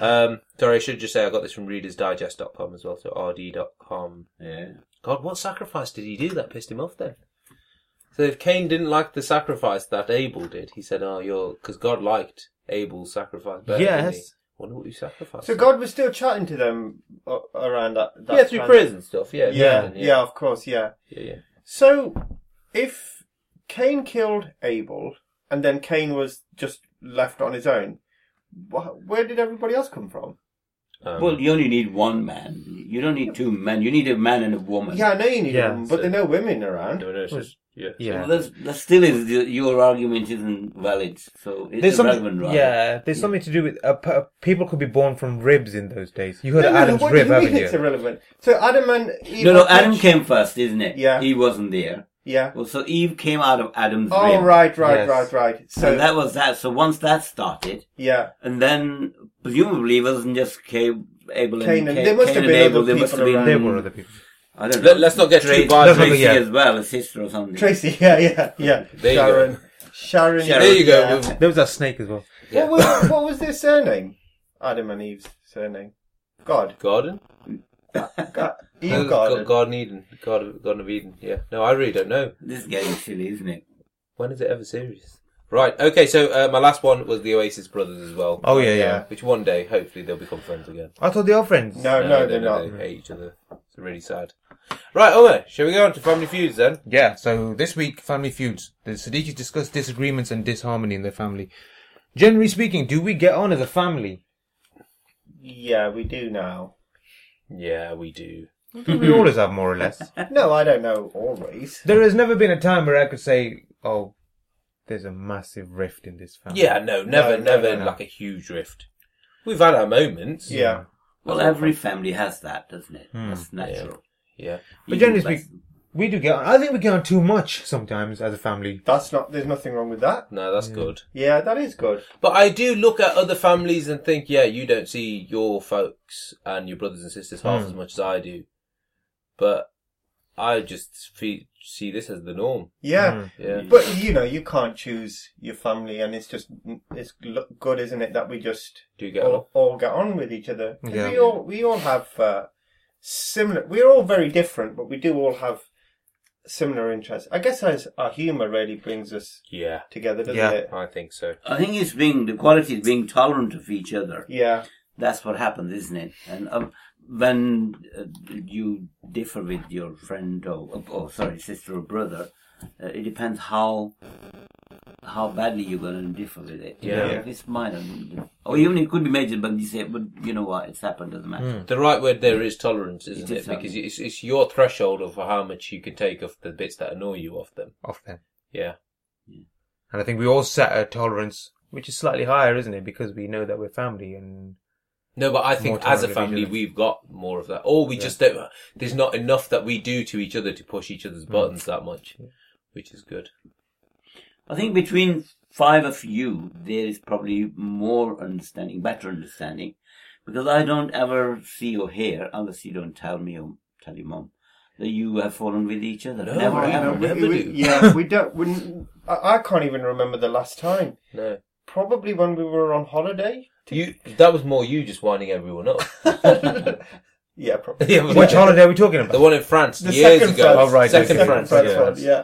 [SPEAKER 1] um, sorry, I should just say I got this from readersdigest.com as well, so rd.com.
[SPEAKER 2] Yeah.
[SPEAKER 1] God, what sacrifice did he do that pissed him off then? So if Cain didn't like the sacrifice that Abel did, he said, "Oh, you're because God liked Abel's sacrifice better." didn't he?
[SPEAKER 3] Yes.
[SPEAKER 1] Wonder what you sacrificed.
[SPEAKER 4] So God was still chatting to them uh, around that. that
[SPEAKER 1] yeah, through
[SPEAKER 4] time.
[SPEAKER 1] prayers and stuff. Yeah,
[SPEAKER 4] Yeah, yeah,
[SPEAKER 1] yeah, yeah.
[SPEAKER 4] of course, yeah.
[SPEAKER 1] yeah, yeah.
[SPEAKER 4] So, if Cain killed Abel, and then Cain was just left on his own, wh- where did everybody else come from?
[SPEAKER 1] Um,
[SPEAKER 2] well, you only need one man. You don't need two men. You need a man and a woman.
[SPEAKER 4] Yeah, I know you need
[SPEAKER 3] Yeah,
[SPEAKER 4] them,
[SPEAKER 1] so-
[SPEAKER 4] but there are no women around.
[SPEAKER 1] no, no, it's just- yeah,
[SPEAKER 2] Well,
[SPEAKER 3] Yeah.
[SPEAKER 2] that's, that still is the, your argument isn't valid. So it's
[SPEAKER 3] There's something,
[SPEAKER 2] irrelevant, right?
[SPEAKER 3] yeah, there's something to do with uh, p- uh, people could be born from ribs in those days. You heard
[SPEAKER 4] No,
[SPEAKER 3] of
[SPEAKER 4] no,
[SPEAKER 3] Adam's
[SPEAKER 4] what
[SPEAKER 3] rib,
[SPEAKER 4] do you mean
[SPEAKER 3] haven't
[SPEAKER 4] it's
[SPEAKER 3] you?
[SPEAKER 4] irrelevant? So Adam and Eve
[SPEAKER 2] No, no.
[SPEAKER 4] are
[SPEAKER 2] Adam
[SPEAKER 4] touched-
[SPEAKER 2] came first, isn't it?
[SPEAKER 4] Yeah.
[SPEAKER 2] He wasn't there.
[SPEAKER 4] Yeah.
[SPEAKER 2] Well, so Eve came out of Adam's
[SPEAKER 4] Oh,
[SPEAKER 2] rib.
[SPEAKER 4] right, right,
[SPEAKER 3] Yes.
[SPEAKER 4] right, right.
[SPEAKER 2] So
[SPEAKER 4] So,
[SPEAKER 2] that was that. So once that started,
[SPEAKER 4] yeah.
[SPEAKER 2] and then presumably it wasn't just Cain, Abel, and
[SPEAKER 4] Cain and-
[SPEAKER 2] Cain-
[SPEAKER 4] there must
[SPEAKER 2] Cain
[SPEAKER 4] have
[SPEAKER 2] and
[SPEAKER 4] been
[SPEAKER 2] Abel.
[SPEAKER 4] other
[SPEAKER 2] There must have
[SPEAKER 4] people
[SPEAKER 2] been.
[SPEAKER 4] around.
[SPEAKER 3] There were other people.
[SPEAKER 2] I don't know.
[SPEAKER 1] Let- let's not get too
[SPEAKER 2] Tracy,
[SPEAKER 1] far,
[SPEAKER 3] Let's not
[SPEAKER 2] Tracy
[SPEAKER 3] go- yeah.
[SPEAKER 2] as well, a sister or something.
[SPEAKER 4] Tracy, yeah, yeah, yeah.
[SPEAKER 1] There you
[SPEAKER 4] Sharon.
[SPEAKER 1] go.
[SPEAKER 4] Sharon.
[SPEAKER 2] Sharon.
[SPEAKER 1] There you go.
[SPEAKER 4] yeah.
[SPEAKER 1] We've-
[SPEAKER 3] There was that snake as well.
[SPEAKER 1] Yeah.
[SPEAKER 4] What, was, what was their surname? Adam and Eve's surname. God.
[SPEAKER 1] Garden,
[SPEAKER 4] God. Eve
[SPEAKER 1] Uh,
[SPEAKER 4] God.
[SPEAKER 1] Ga- Garden Eden, Garden, Garden of Eden. Yeah. No, I really don't know.
[SPEAKER 2] This is getting silly, isn't it?
[SPEAKER 1] When is it ever serious? Right. Okay. So uh, my last one was the Oasis Brothers as well.
[SPEAKER 3] Oh, yeah, yeah.
[SPEAKER 4] yeah.
[SPEAKER 1] Which one day, hopefully, they'll become friends again.
[SPEAKER 3] I thought they are friends.
[SPEAKER 4] No, no, they're
[SPEAKER 1] no,
[SPEAKER 4] not.
[SPEAKER 1] They hate each other. It's really sad. Right, Omer, shall we go on to family feuds then?
[SPEAKER 3] Yeah, so this week, family feuds. The Siddiquis discuss disagreements and disharmony in their family. Generally speaking, do we get on as a family?
[SPEAKER 4] Yeah, we do now.
[SPEAKER 1] Yeah, we do.
[SPEAKER 3] we always have, more or less.
[SPEAKER 4] No, I don't know always.
[SPEAKER 3] There has never been a time where I could say, oh, there's a massive rift in this family.
[SPEAKER 1] Yeah, no, never,
[SPEAKER 4] no,
[SPEAKER 1] never
[SPEAKER 4] no, no.
[SPEAKER 1] like a huge rift. We've had our moments.
[SPEAKER 4] Yeah.
[SPEAKER 2] Well, every family has that, doesn't it? That's natural.
[SPEAKER 1] Hmm. Yeah.
[SPEAKER 3] But
[SPEAKER 2] You
[SPEAKER 3] generally
[SPEAKER 2] do-
[SPEAKER 3] speaking, we do get on. I think we get on too much sometimes as a family.
[SPEAKER 4] That's not, there's nothing wrong with that.
[SPEAKER 1] No, that's good.
[SPEAKER 4] Yeah, that is good.
[SPEAKER 1] But I do look at other families and think, yeah, you don't see your folks and your brothers and sisters half
[SPEAKER 3] Hmm.
[SPEAKER 1] as much as I do. But I just fe- see this as the norm.
[SPEAKER 4] Yeah.
[SPEAKER 1] Yeah.
[SPEAKER 4] But, you know, you can't choose your family and it's just, it's lo- good, isn't it, that we just
[SPEAKER 1] Do you get along?
[SPEAKER 4] all, all get on with each other. 'Cause
[SPEAKER 3] Yeah.
[SPEAKER 4] We all, we all have, uh, similar, we're all very different, but we do all have similar interests. I guess our, our humour really brings us
[SPEAKER 1] Yeah,
[SPEAKER 4] together, doesn't
[SPEAKER 3] Yeah.
[SPEAKER 4] it?
[SPEAKER 1] I think so.
[SPEAKER 2] I think it's being the quality is being tolerant of each other.
[SPEAKER 4] Yeah.
[SPEAKER 2] That's what happens, isn't it? And um, when uh, you differ with your friend or, or sorry, sister or brother, uh, it depends how how badly you're going to differ with it.
[SPEAKER 1] Yeah.
[SPEAKER 2] If it's minor, or even it could be major, but you say, but you know what, it's happened, doesn't matter.
[SPEAKER 1] The right word there is tolerance, isn't
[SPEAKER 2] It
[SPEAKER 1] it?
[SPEAKER 2] is
[SPEAKER 1] Because it's, it's your threshold of how much you can take of the bits that annoy you off them.
[SPEAKER 3] Off then.
[SPEAKER 1] Yeah.
[SPEAKER 3] And I think we all set a tolerance, which is slightly higher, isn't it? Because we know that we're family and.
[SPEAKER 1] No, but I
[SPEAKER 3] More
[SPEAKER 1] think
[SPEAKER 3] time
[SPEAKER 1] as a
[SPEAKER 3] with each
[SPEAKER 1] family
[SPEAKER 3] other.
[SPEAKER 1] we've got more of that. Or we just don't. There's not enough that we do to each other to push each
[SPEAKER 3] Mm.
[SPEAKER 1] other's buttons that much, which is good. Hmm.
[SPEAKER 2] I think between five of you, there is probably more understanding, better understanding, because I don't ever see or hear, unless you don't tell me or tell your mum, that you have fallen with each other.
[SPEAKER 1] No,
[SPEAKER 2] never
[SPEAKER 1] I
[SPEAKER 2] ever.
[SPEAKER 1] haven't.
[SPEAKER 4] We-
[SPEAKER 1] Never
[SPEAKER 4] we-
[SPEAKER 1] do.
[SPEAKER 4] yeah, we don't. We, I, I can't even remember the last time.
[SPEAKER 1] No.
[SPEAKER 4] Probably when we were on holiday.
[SPEAKER 1] You that was more you just winding everyone up.
[SPEAKER 4] yeah, probably.
[SPEAKER 1] Yeah, but
[SPEAKER 3] Which
[SPEAKER 1] the
[SPEAKER 3] holiday are we talking about?
[SPEAKER 1] one in France years
[SPEAKER 4] second
[SPEAKER 1] ago.
[SPEAKER 3] Oh,
[SPEAKER 4] France-
[SPEAKER 3] right,
[SPEAKER 1] second
[SPEAKER 3] okay.
[SPEAKER 1] France.
[SPEAKER 3] France,
[SPEAKER 1] yeah.
[SPEAKER 4] one, yeah.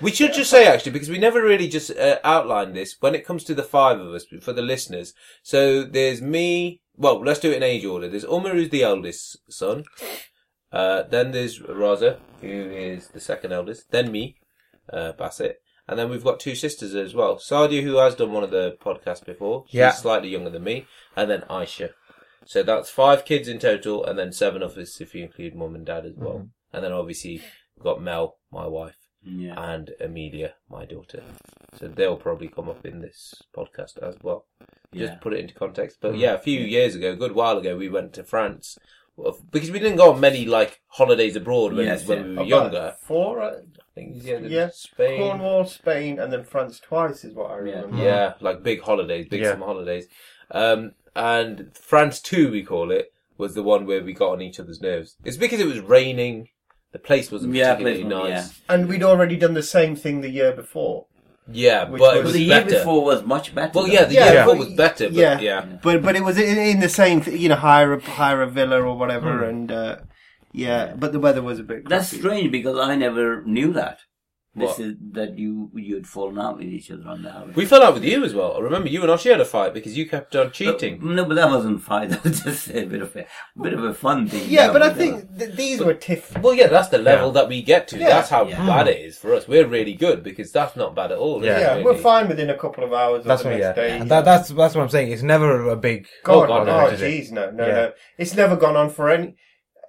[SPEAKER 1] We should just say actually, because we never really just uh, outlined this. When it comes to the five of us, for the listeners, so there's me. Well, let's do it in age order. There's Umar, who's the eldest son. Uh, then there's Raza, who is the second eldest. Then me, uh, Bassett, and then we've got two sisters as well. Sadia, who has done one of the podcasts before. She's
[SPEAKER 3] Yeah.
[SPEAKER 1] slightly younger than me, and then Aisha. So that's five kids in total, and then seven of us if you include mum and dad as well. And then obviously we've got Mel, my wife
[SPEAKER 2] Yeah.
[SPEAKER 1] and Amelia, my daughter. So they'll probably come up in this podcast as well. Just
[SPEAKER 2] Yeah.
[SPEAKER 1] put it into context. But yeah, a few years ago, a good while ago, we went to France Well, because we didn't go on many like holidays abroad when,
[SPEAKER 2] Yes,
[SPEAKER 1] when
[SPEAKER 2] yeah.
[SPEAKER 1] we were
[SPEAKER 4] About
[SPEAKER 1] younger.
[SPEAKER 4] Four. uh,
[SPEAKER 1] I think yeah,
[SPEAKER 4] Yeah.
[SPEAKER 1] Spain.
[SPEAKER 4] Cornwall, Spain, and then France twice is what I
[SPEAKER 2] Yeah.
[SPEAKER 4] remember.
[SPEAKER 1] Yeah, like big holidays, big
[SPEAKER 3] Yeah.
[SPEAKER 1] summer holidays. Um, and France 2, we call it, was the one where we got on each other's nerves. It's because it was raining. The place wasn't
[SPEAKER 2] Yeah,
[SPEAKER 1] particularly
[SPEAKER 2] place- yeah.
[SPEAKER 1] nice.
[SPEAKER 4] And we'd already done the same thing the year before.
[SPEAKER 1] Yeah,
[SPEAKER 4] Which
[SPEAKER 1] but it
[SPEAKER 4] was-
[SPEAKER 1] was
[SPEAKER 2] But the year
[SPEAKER 1] better.
[SPEAKER 2] before was much better.
[SPEAKER 1] Well,
[SPEAKER 2] though.
[SPEAKER 1] yeah, the
[SPEAKER 4] Yeah,
[SPEAKER 1] year
[SPEAKER 4] but-
[SPEAKER 1] before was better, but
[SPEAKER 4] yeah.
[SPEAKER 1] yeah.
[SPEAKER 4] But but it was in, in the same, th- you know, hire a hire a villa or whatever, and uh, yeah. But the weather was a bit.
[SPEAKER 2] That's
[SPEAKER 4] crappy.
[SPEAKER 2] strange because I never knew that. This
[SPEAKER 1] What?
[SPEAKER 2] is that you you'd fallen out with each other on the holiday.
[SPEAKER 1] We fell out with you as well. I remember you and Oshie had a fight because you kept on cheating.
[SPEAKER 2] No, but that wasn't fun. That was just a bit of a bit of a fun thing.
[SPEAKER 4] Yeah,
[SPEAKER 2] No,
[SPEAKER 4] but I
[SPEAKER 2] no.
[SPEAKER 4] think th- these were tiff.
[SPEAKER 1] Well, yeah, that's the level
[SPEAKER 3] Yeah.
[SPEAKER 1] that we get to.
[SPEAKER 4] Yeah.
[SPEAKER 1] That's how
[SPEAKER 2] Yeah.
[SPEAKER 1] bad it is for us. We're really good because that's not bad at all. is
[SPEAKER 3] Yeah.
[SPEAKER 1] it,
[SPEAKER 4] Yeah,
[SPEAKER 1] really?
[SPEAKER 4] we're fine within a couple of hours.
[SPEAKER 3] That's
[SPEAKER 4] or
[SPEAKER 3] what,
[SPEAKER 4] the
[SPEAKER 3] yeah.
[SPEAKER 4] next day.
[SPEAKER 3] And that, that's that's what I'm saying. It's never a big.
[SPEAKER 4] God,
[SPEAKER 1] God, no,
[SPEAKER 4] oh
[SPEAKER 3] is it?
[SPEAKER 4] jeez, no, no,
[SPEAKER 3] Yeah.
[SPEAKER 4] no. It's never gone on for any.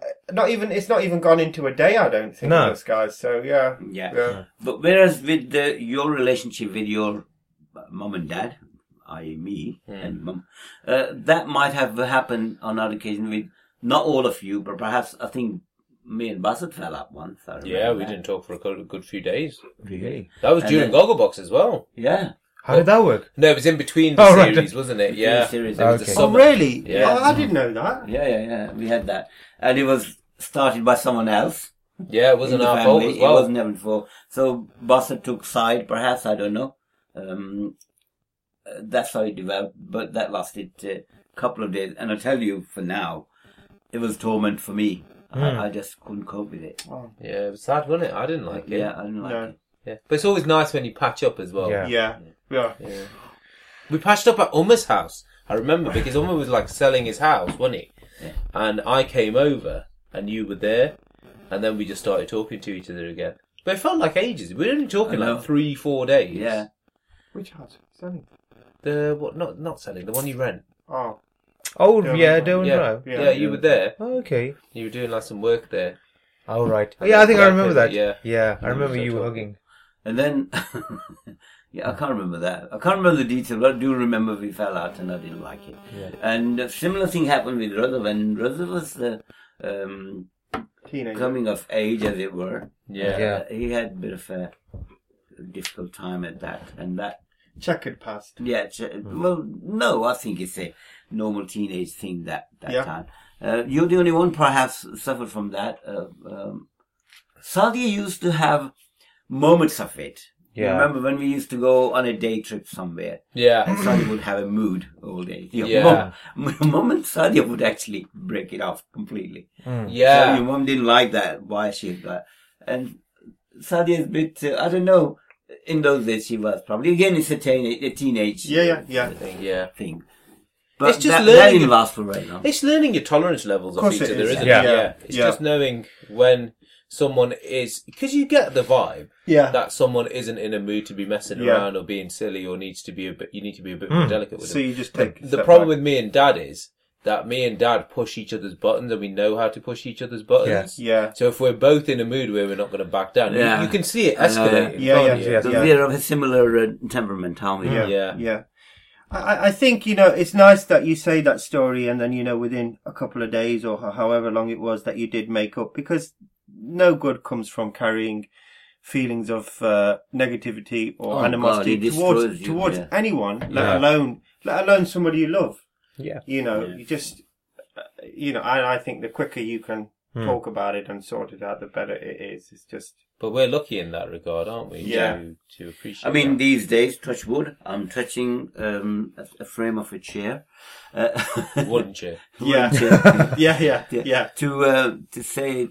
[SPEAKER 4] uh, Not even it's not even gone into a day. I don't think.
[SPEAKER 3] No.
[SPEAKER 4] with us guys. So yeah,
[SPEAKER 2] Yeah.
[SPEAKER 4] yeah.
[SPEAKER 2] But whereas with the, your relationship with your mum and dad, i.e., me
[SPEAKER 1] Hmm.
[SPEAKER 2] and mum, uh, that might have happened on other occasion with not all of you, but perhaps I think me and Bassett fell out once. I remember
[SPEAKER 1] Yeah, we
[SPEAKER 2] that.
[SPEAKER 1] didn't talk for a good, good few days.
[SPEAKER 3] Really?
[SPEAKER 1] That was
[SPEAKER 2] And
[SPEAKER 1] during
[SPEAKER 2] then-
[SPEAKER 1] Gogglebox as well.
[SPEAKER 2] Yeah.
[SPEAKER 3] How did that work?
[SPEAKER 1] No, it was in between the
[SPEAKER 3] Oh, right.
[SPEAKER 1] series, wasn't it?
[SPEAKER 2] Between the
[SPEAKER 1] Yeah.
[SPEAKER 2] series,
[SPEAKER 1] There was
[SPEAKER 3] okay.
[SPEAKER 1] a
[SPEAKER 4] Oh
[SPEAKER 1] summer-
[SPEAKER 4] really?
[SPEAKER 1] Yeah.
[SPEAKER 4] Oh, I didn't know that.
[SPEAKER 2] Yeah, yeah, yeah. We had that, and it was started by someone else.
[SPEAKER 1] Yeah, it wasn't
[SPEAKER 2] in the
[SPEAKER 1] our fault
[SPEAKER 2] family.
[SPEAKER 1] as well.
[SPEAKER 2] It wasn't Evan fault. So Bassett took side, perhaps I don't know. Um, uh, that's how it developed, but that lasted uh, a couple of days. And I tell you, for now, it was torment for me.
[SPEAKER 1] Hmm.
[SPEAKER 2] I, I just couldn't cope with it.
[SPEAKER 1] Yeah, it was sad, wasn't it? I didn't like it.
[SPEAKER 2] Yeah, I didn't like
[SPEAKER 4] No.
[SPEAKER 2] it.
[SPEAKER 1] Yeah. But it's always nice when you patch up as well.
[SPEAKER 3] Yeah.
[SPEAKER 4] Yeah, yeah.
[SPEAKER 1] We patched up at Uma's house. I remember because Uma was like selling his house, wasn't he? And I came over and you were there, and then we just started talking to each other again. But it felt like ages. We were only talking
[SPEAKER 2] I know.
[SPEAKER 1] like three, four days.
[SPEAKER 2] Yeah,
[SPEAKER 4] Which house? Selling.
[SPEAKER 1] The what? Not not selling. The one you rent.
[SPEAKER 4] Oh,
[SPEAKER 3] Oh,
[SPEAKER 4] Yeah,
[SPEAKER 3] yeah,
[SPEAKER 4] we-
[SPEAKER 3] don't
[SPEAKER 1] yeah.
[SPEAKER 3] know.
[SPEAKER 1] yeah.
[SPEAKER 4] Yeah.
[SPEAKER 1] you were there.
[SPEAKER 3] Okay.
[SPEAKER 1] You were doing like some work there.
[SPEAKER 3] All right. Oh, yeah, I think I remember that.
[SPEAKER 1] Yeah.
[SPEAKER 3] Yeah, I remember
[SPEAKER 1] so
[SPEAKER 3] you
[SPEAKER 1] tall.
[SPEAKER 3] hugging.
[SPEAKER 2] and then yeah, I can't remember that. I can't remember the detail, but I do remember we fell out, and I didn't like it. And a similar thing happened with Ruther when Ruther was uh, um,
[SPEAKER 4] teenager.
[SPEAKER 2] coming of age, as it were.
[SPEAKER 1] Yeah.
[SPEAKER 3] Yeah.
[SPEAKER 2] Uh, he had a bit of a difficult time at that, and that
[SPEAKER 4] Checkered past.
[SPEAKER 2] yeah. It's, uh, Well, no, I think it's a normal teenage thing that that
[SPEAKER 4] Yeah.
[SPEAKER 2] time. Uh, you're the only one, perhaps, suffered from that. Uh, um, Sadia used to have moments of it. You
[SPEAKER 3] Yeah.
[SPEAKER 2] Remember when we used to go on a day trip somewhere?
[SPEAKER 1] Yeah.
[SPEAKER 2] And Sadia would have a mood all day. Your
[SPEAKER 1] Yeah.
[SPEAKER 2] Mom, moment Sadia would actually break it off completely. So
[SPEAKER 1] Yeah.
[SPEAKER 2] your mom didn't like that. Why she got and Sadia's bit. Uh, I don't know. In those days, she was probably again. It's a teenage, a teenage
[SPEAKER 4] Yeah, yeah, yeah.
[SPEAKER 1] Yeah.
[SPEAKER 2] thing. But
[SPEAKER 1] It's just
[SPEAKER 2] that, that
[SPEAKER 1] learning
[SPEAKER 2] didn't
[SPEAKER 1] it.
[SPEAKER 2] last for very long.
[SPEAKER 1] It's learning your tolerance levels of,
[SPEAKER 4] course
[SPEAKER 1] each
[SPEAKER 4] it
[SPEAKER 1] other,
[SPEAKER 4] is.
[SPEAKER 1] is. not
[SPEAKER 3] Yeah.
[SPEAKER 1] it?
[SPEAKER 4] Yeah.
[SPEAKER 1] It's
[SPEAKER 4] Yeah.
[SPEAKER 1] just knowing when someone is because you get the vibe
[SPEAKER 4] Yeah.
[SPEAKER 1] that someone isn't in a mood to be messing
[SPEAKER 4] Yeah.
[SPEAKER 1] around or being silly or needs to be a bit. You need to be a bit
[SPEAKER 2] Hmm.
[SPEAKER 1] more delicate with
[SPEAKER 4] so
[SPEAKER 1] them.
[SPEAKER 4] you just take a
[SPEAKER 1] The
[SPEAKER 4] step
[SPEAKER 1] problem
[SPEAKER 4] back.
[SPEAKER 1] with me and Dad is that me and Dad push each other's buttons and we know how to push each other's buttons.
[SPEAKER 4] Yeah.
[SPEAKER 1] So if we're both in a mood where we're not going to back down, you-
[SPEAKER 2] Yeah.
[SPEAKER 1] you, can see it
[SPEAKER 2] I know, yeah.
[SPEAKER 1] escalating.
[SPEAKER 4] Yeah,
[SPEAKER 1] can't
[SPEAKER 4] yeah,
[SPEAKER 1] you?
[SPEAKER 3] yeah.
[SPEAKER 2] So
[SPEAKER 4] Yeah.
[SPEAKER 2] We're of a similar uh, temperament, aren't we?
[SPEAKER 4] Yeah.
[SPEAKER 1] Yeah.
[SPEAKER 4] Yeah. I- I, I think, you know, it's nice that you say that story and then, you know, within a couple of days or ho- however long it was that you did make up because no good comes from carrying feelings of uh, negativity or
[SPEAKER 2] Oh, God,
[SPEAKER 4] animosity
[SPEAKER 2] it
[SPEAKER 4] towards
[SPEAKER 2] destroys you,
[SPEAKER 4] towards
[SPEAKER 2] yeah.
[SPEAKER 4] anyone, let
[SPEAKER 3] Yeah.
[SPEAKER 4] alone let alone somebody you love.
[SPEAKER 3] Yeah.
[SPEAKER 4] You know,
[SPEAKER 2] Yeah.
[SPEAKER 4] you just, uh, you know, and I think the quicker you can
[SPEAKER 3] Hmm.
[SPEAKER 4] talk about it and sort it out, the better it is. It's just
[SPEAKER 1] But we're lucky in that regard, aren't we?
[SPEAKER 4] Yeah.
[SPEAKER 1] To, to appreciate.
[SPEAKER 2] I mean,
[SPEAKER 1] that.
[SPEAKER 2] these days, touch wood, I'm touching um, a, a frame of a chair. Uh,
[SPEAKER 1] wouldn't you?
[SPEAKER 4] Yeah.
[SPEAKER 2] chair.
[SPEAKER 4] yeah, yeah, yeah,
[SPEAKER 2] To uh, to say,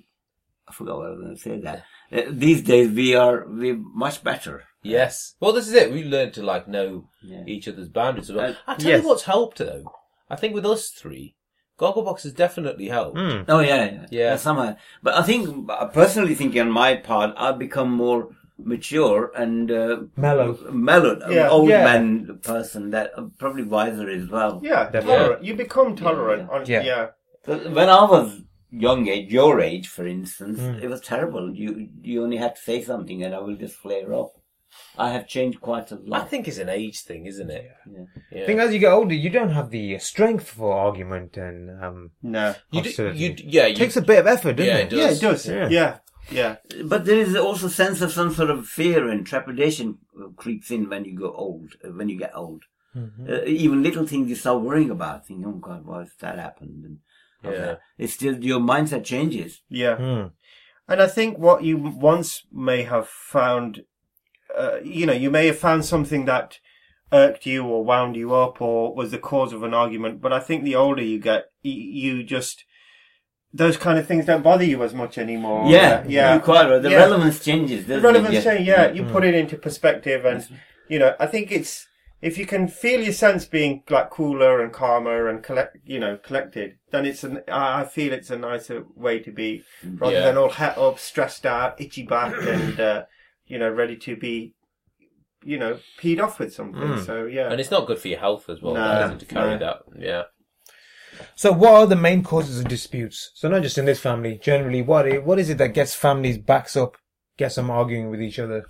[SPEAKER 2] I forgot what I was going to say. That uh, these days we are we are much better.
[SPEAKER 1] Yes. Well, this is it. We learned to like know
[SPEAKER 2] Yeah.
[SPEAKER 1] each other's boundaries. as well.
[SPEAKER 2] Uh,
[SPEAKER 1] I tell
[SPEAKER 3] yes.
[SPEAKER 1] you what's helped though. I think with us three, Gogglebox has definitely helped.
[SPEAKER 3] Mm.
[SPEAKER 2] Oh yeah, yeah,
[SPEAKER 1] Yeah.
[SPEAKER 2] Somehow, but I think I personally think on my part, I've become more mature and uh,
[SPEAKER 3] Mellow.
[SPEAKER 2] mellow, an
[SPEAKER 4] Yeah.
[SPEAKER 2] old
[SPEAKER 3] Yeah.
[SPEAKER 2] man person that uh, probably wiser as well.
[SPEAKER 4] yeah.
[SPEAKER 3] Definitely.
[SPEAKER 4] Tolerant. You become tolerant. on-
[SPEAKER 3] Yeah.
[SPEAKER 4] Yeah.
[SPEAKER 2] But When I was young age, your age, for instance, it was terrible. You you only had to say something, and I will just flare up. I have changed quite a
[SPEAKER 1] I
[SPEAKER 2] lot.
[SPEAKER 1] think it's an age thing, isn't it?
[SPEAKER 2] Yeah.
[SPEAKER 1] Yeah.
[SPEAKER 3] I think as you get older, you don't have the strength for argument and um,
[SPEAKER 4] No.
[SPEAKER 1] you do,
[SPEAKER 3] hostility.
[SPEAKER 1] you, d- yeah, you,
[SPEAKER 3] it takes a bit of effort, doesn't
[SPEAKER 1] Yeah,
[SPEAKER 3] it?
[SPEAKER 1] it
[SPEAKER 4] Yeah,
[SPEAKER 1] does.
[SPEAKER 4] it does.
[SPEAKER 3] Yeah.
[SPEAKER 4] Yeah. Yeah. Yeah.
[SPEAKER 2] But there is also sense of some sort of fear and trepidation uh, creeps in when you go old, uh, when you get old. Uh, even little things you start worrying about, thinking, "Oh God, why has that happened?" And all
[SPEAKER 1] Yeah.
[SPEAKER 2] that. it's still your mindset changes.
[SPEAKER 3] Mm.
[SPEAKER 4] And I think what you once may have found, uh, you know, you may have found something that irked you or wound you up or was the cause of an argument. But I think the older you get, y- you just those kind of things don't bother you as much anymore.
[SPEAKER 2] yeah,
[SPEAKER 4] yeah.
[SPEAKER 2] You're quite right. The
[SPEAKER 4] Yeah.
[SPEAKER 2] relevance changes.
[SPEAKER 4] the
[SPEAKER 2] doesn't it?
[SPEAKER 4] relevant thing, yeah, you put it into perspective, and you know, I think it's if you can feel your sense being like cooler and calmer and collect, you know, collected, then it's an I I feel it's a nicer way to be rather
[SPEAKER 1] Yeah.
[SPEAKER 4] than all het up, stressed out, itchy back, and uh, you know, ready to be, you know, peed off with something. So yeah,
[SPEAKER 1] Mm. and it's not good for your health as well
[SPEAKER 4] No.
[SPEAKER 1] though, is it, to carry
[SPEAKER 4] No.
[SPEAKER 1] that. Yeah.
[SPEAKER 3] So, what are the main causes of disputes? So, not just in this family, generally, what i- what is it that gets families backs up, gets them arguing with each other?